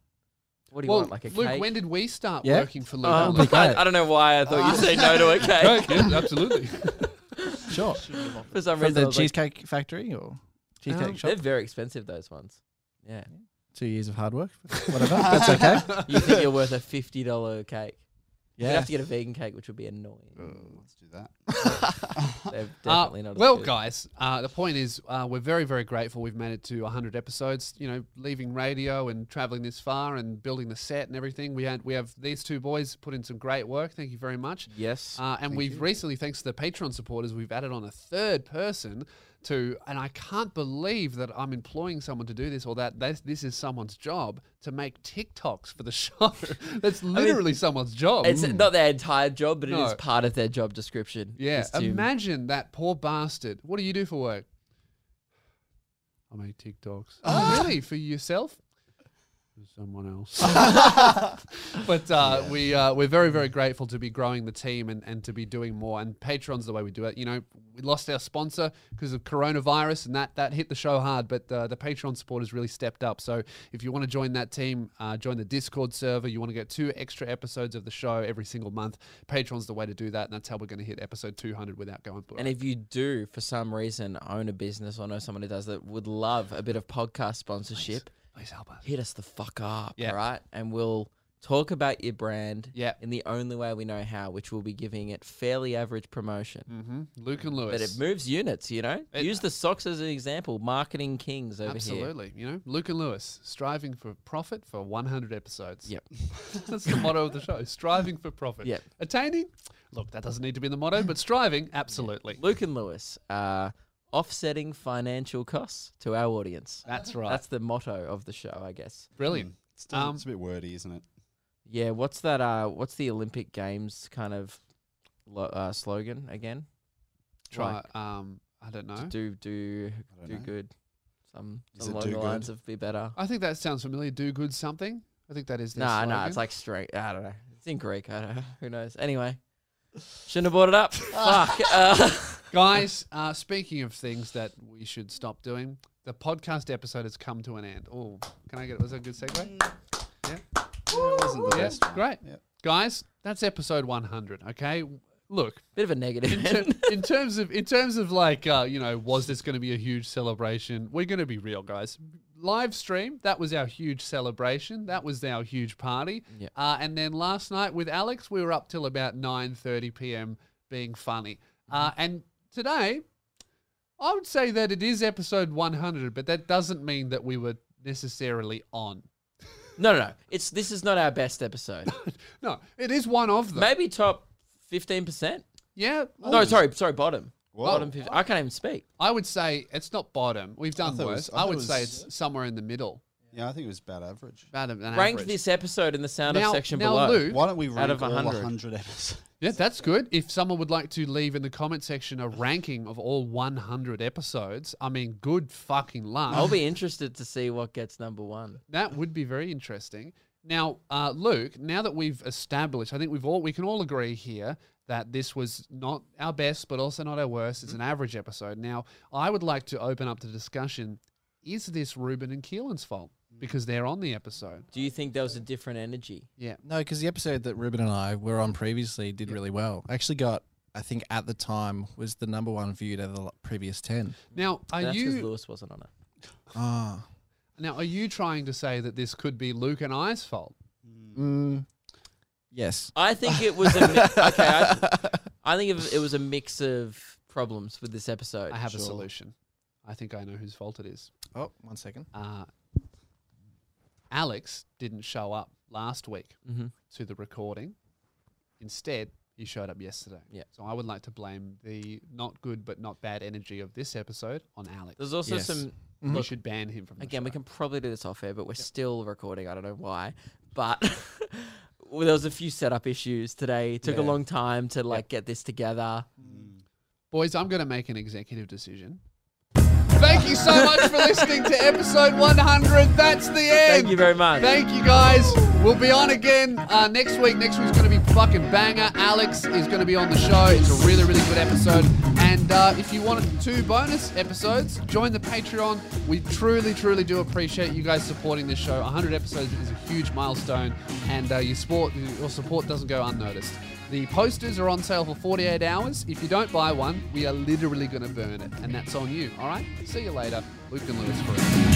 B: What do you
A: well,
B: want? Like a
A: Luke,
B: cake?
A: when did we start
D: Yeah.
A: working for Luke?
D: Oh,
A: and
D: that'd
A: Luke?
D: be great.
B: I don't know why I thought you'd say no to a cake.
A: Cake, yeah, absolutely.
D: Sure.
B: For some reason,
D: From
B: I
D: the
B: was like,
D: Cheesecake Factory or Cheesecake
A: Um,
D: Shop?
B: they're very expensive. Those ones. Yeah.
D: Two years of hard work. Whatever. That's okay.
B: you think you're worth a fifty dollar cake? Yeah. You'd
D: Yeah.
B: have to get a vegan cake, which would be annoying.
C: Let's do that.
B: They're
A: Uh,
B: definitely not. as
A: well,
B: good.
A: guys, uh, the point is, uh, we're very, very grateful we've made it to 100 episodes. You know, leaving radio and traveling this far and building the set and everything. We had we have these two boys put in some great work. Thank you very much.
B: Yes.
A: Uh, and we've recently, thanks to the Patreon supporters, we've added on a third person to, and I can't believe that I'm employing someone to do this or that this, this is someone's job to make TikToks for the show. That's literally someone's job. Mm.
B: It's not their entire job, but it is
A: No.
B: part of their job description.
A: Yeah,
B: is to-
A: imagine that poor bastard. What do you do for work? I make TikToks.
B: Ah.
A: really? For yourself? For someone else. but uh, we uh, we're very very grateful to be growing the team and, and to be doing more. And Patreon's the way we do it. You know, we lost our sponsor because of coronavirus, and that that hit the show hard. But uh, the Patreon supporters really stepped up. So if you want to join that team, uh, join the Discord server. You want to get two extra episodes of the show every single month. Patreon's the way to do that, and that's how we're going to hit episode 200 without going. through
B: And
A: it.
B: if you do, for some reason, own a business or know someone who does that, would love a bit of podcast sponsorship.
A: Please help us.
B: hit us the fuck up,
A: Yeah.
B: all right? And we'll talk about your brand
A: Yeah.
B: in the only way we know how, which will be giving it fairly average promotion.
A: hmm Luke and Lewis.
B: But it moves units, you know? Use the socks as an example. Marketing kings over here.
A: Absolutely. You know, Luke and Lewis striving for profit for 100 episodes.
B: Yep.
A: That's the motto of the show striving for profit.
B: Yep.
A: Attaining? Look, that doesn't need to be the motto, but striving, absolutely.
B: Luke and Lewis are offsetting financial costs to our audience.
A: That's right.
B: That's the motto of the show, I guess.
A: Brilliant.
C: Mm. It's, still,
A: Um,
C: it's a bit wordy, isn't it?
B: Yeah, what's that? Uh, what's the Olympic Games kind of lo- uh, slogan again?
A: Try.
B: Like,
A: Um, I don't know.
B: do do
C: I don't
B: do
C: know.
B: good. Some,
C: Is
B: some
C: it
B: along
C: do
B: the lines
C: good?
B: of be better.
A: I think that sounds familiar. Do good something. I think that is their
B: No, nah, no, nah, it's like straight. I don't know. It's in Greek. I don't know. Who knows? Anyway, shouldn't have brought it up. Fuck. Uh,
A: Guys, uh, speaking of things that we should stop doing, the podcast episode has come to an end. Oh, can I get Was that a good segue?
C: Yeah, it Mm. wasn't the
A: Yeah,
C: best. one.
A: great.
C: Yeah.
A: Guys, that's episode 100, okay? Look,
B: bit of a negative.
A: in, ter- in terms of in terms of like uh, you know was this going to be a huge celebration we're going to be real guys live stream that was our huge celebration that was our huge party
B: Yeah.
A: uh, and then last night with alex we were up till about 9.30 p.m being funny uh,
C: Mm-hmm.
A: and today i would say that it is episode 100 but that doesn't mean that we were necessarily on
B: no, no, no. It's this is not our best episode.
A: no it is one of them
B: Maybe top fifteen percent.
A: yeah
B: No, sorry, sorry, bottom.
C: Whoa.
B: Bottom. 15. I can't even speak.
A: i would say it's not bottom we've done
C: thought it
A: worse
C: was- I
A: i
C: thought it
A: would say
C: was-
A: it's somewhere in the middle
C: Yeah, I think it was about average.
A: About an
B: Rank
A: average.
B: this episode in the sound
A: Now-
B: of section
A: now,
B: below.
A: Luke-
C: Why don't we rank
B: Out of
C: all
B: 100.
C: 100 episodes?
A: Yeah, that's good. If someone would like to leave in the comment section a ranking of all 100 episodes, I mean, good fucking luck.
B: I'll be interested to see what gets number one.
A: that would be very interesting. Now, uh, Luke, now that we've established, I think we've all we can all agree here that this was not our best, but also not our worst. It's an average episode. Now, I would like to open up the discussion: Is this Ruben and Keelan's fault because they're on the episode?
B: Do you think there was a different energy?
A: Yeah,
D: No, because the episode that Ruben and I were on previously did really well. I actually got I think at the time was the number one viewed out of the l- previous ten.
A: Now, are
B: That's 'cause
A: you-
B: Lewis wasn't on it.
D: Ah,
A: Now, are you trying to say that this could be Luke and I's fault?
D: mm, yes.
B: I think it was a mi- okay. I, I think it, it was a mix of problems with this episode.
A: I have a solution. I think I know whose fault it is.
D: Oh, one second.
A: Uh, Alex didn't show up last week
B: Mhm.
A: to the recording. Instead, he showed up yesterday.
B: Yeah.
A: So I would like to blame the not good but not bad energy of this episode on Alex.
B: There's also
D: Yes.
B: some.
A: we
B: Look,
A: should ban him from the
B: again, we
A: show.
B: can probably do this off air, but we're still recording. I don't know why, but well, there was a few setup issues today. It took a
D: Yeah.
B: long time to like get this together.
A: Boys, I'm going to make an executive decision. Thank you so much for listening to episode 100. That's the end.
B: Thank you very much.
A: Thank you guys. We'll be on again uh, next week. Next week's going to be fucking banger. Alex is going to be on the show. It's a really, really good episode. And uh, if you wanted two bonus episodes, join the Patreon. We truly, truly do appreciate you guys supporting this show. 100 episodes is a huge milestone, and uh, your support, your support doesn't go unnoticed. The posters are on sale for 48 hours. If you don't buy one, we are literally going to burn it, and that's on you. All right. See you later, Luke and Lewis. Forever.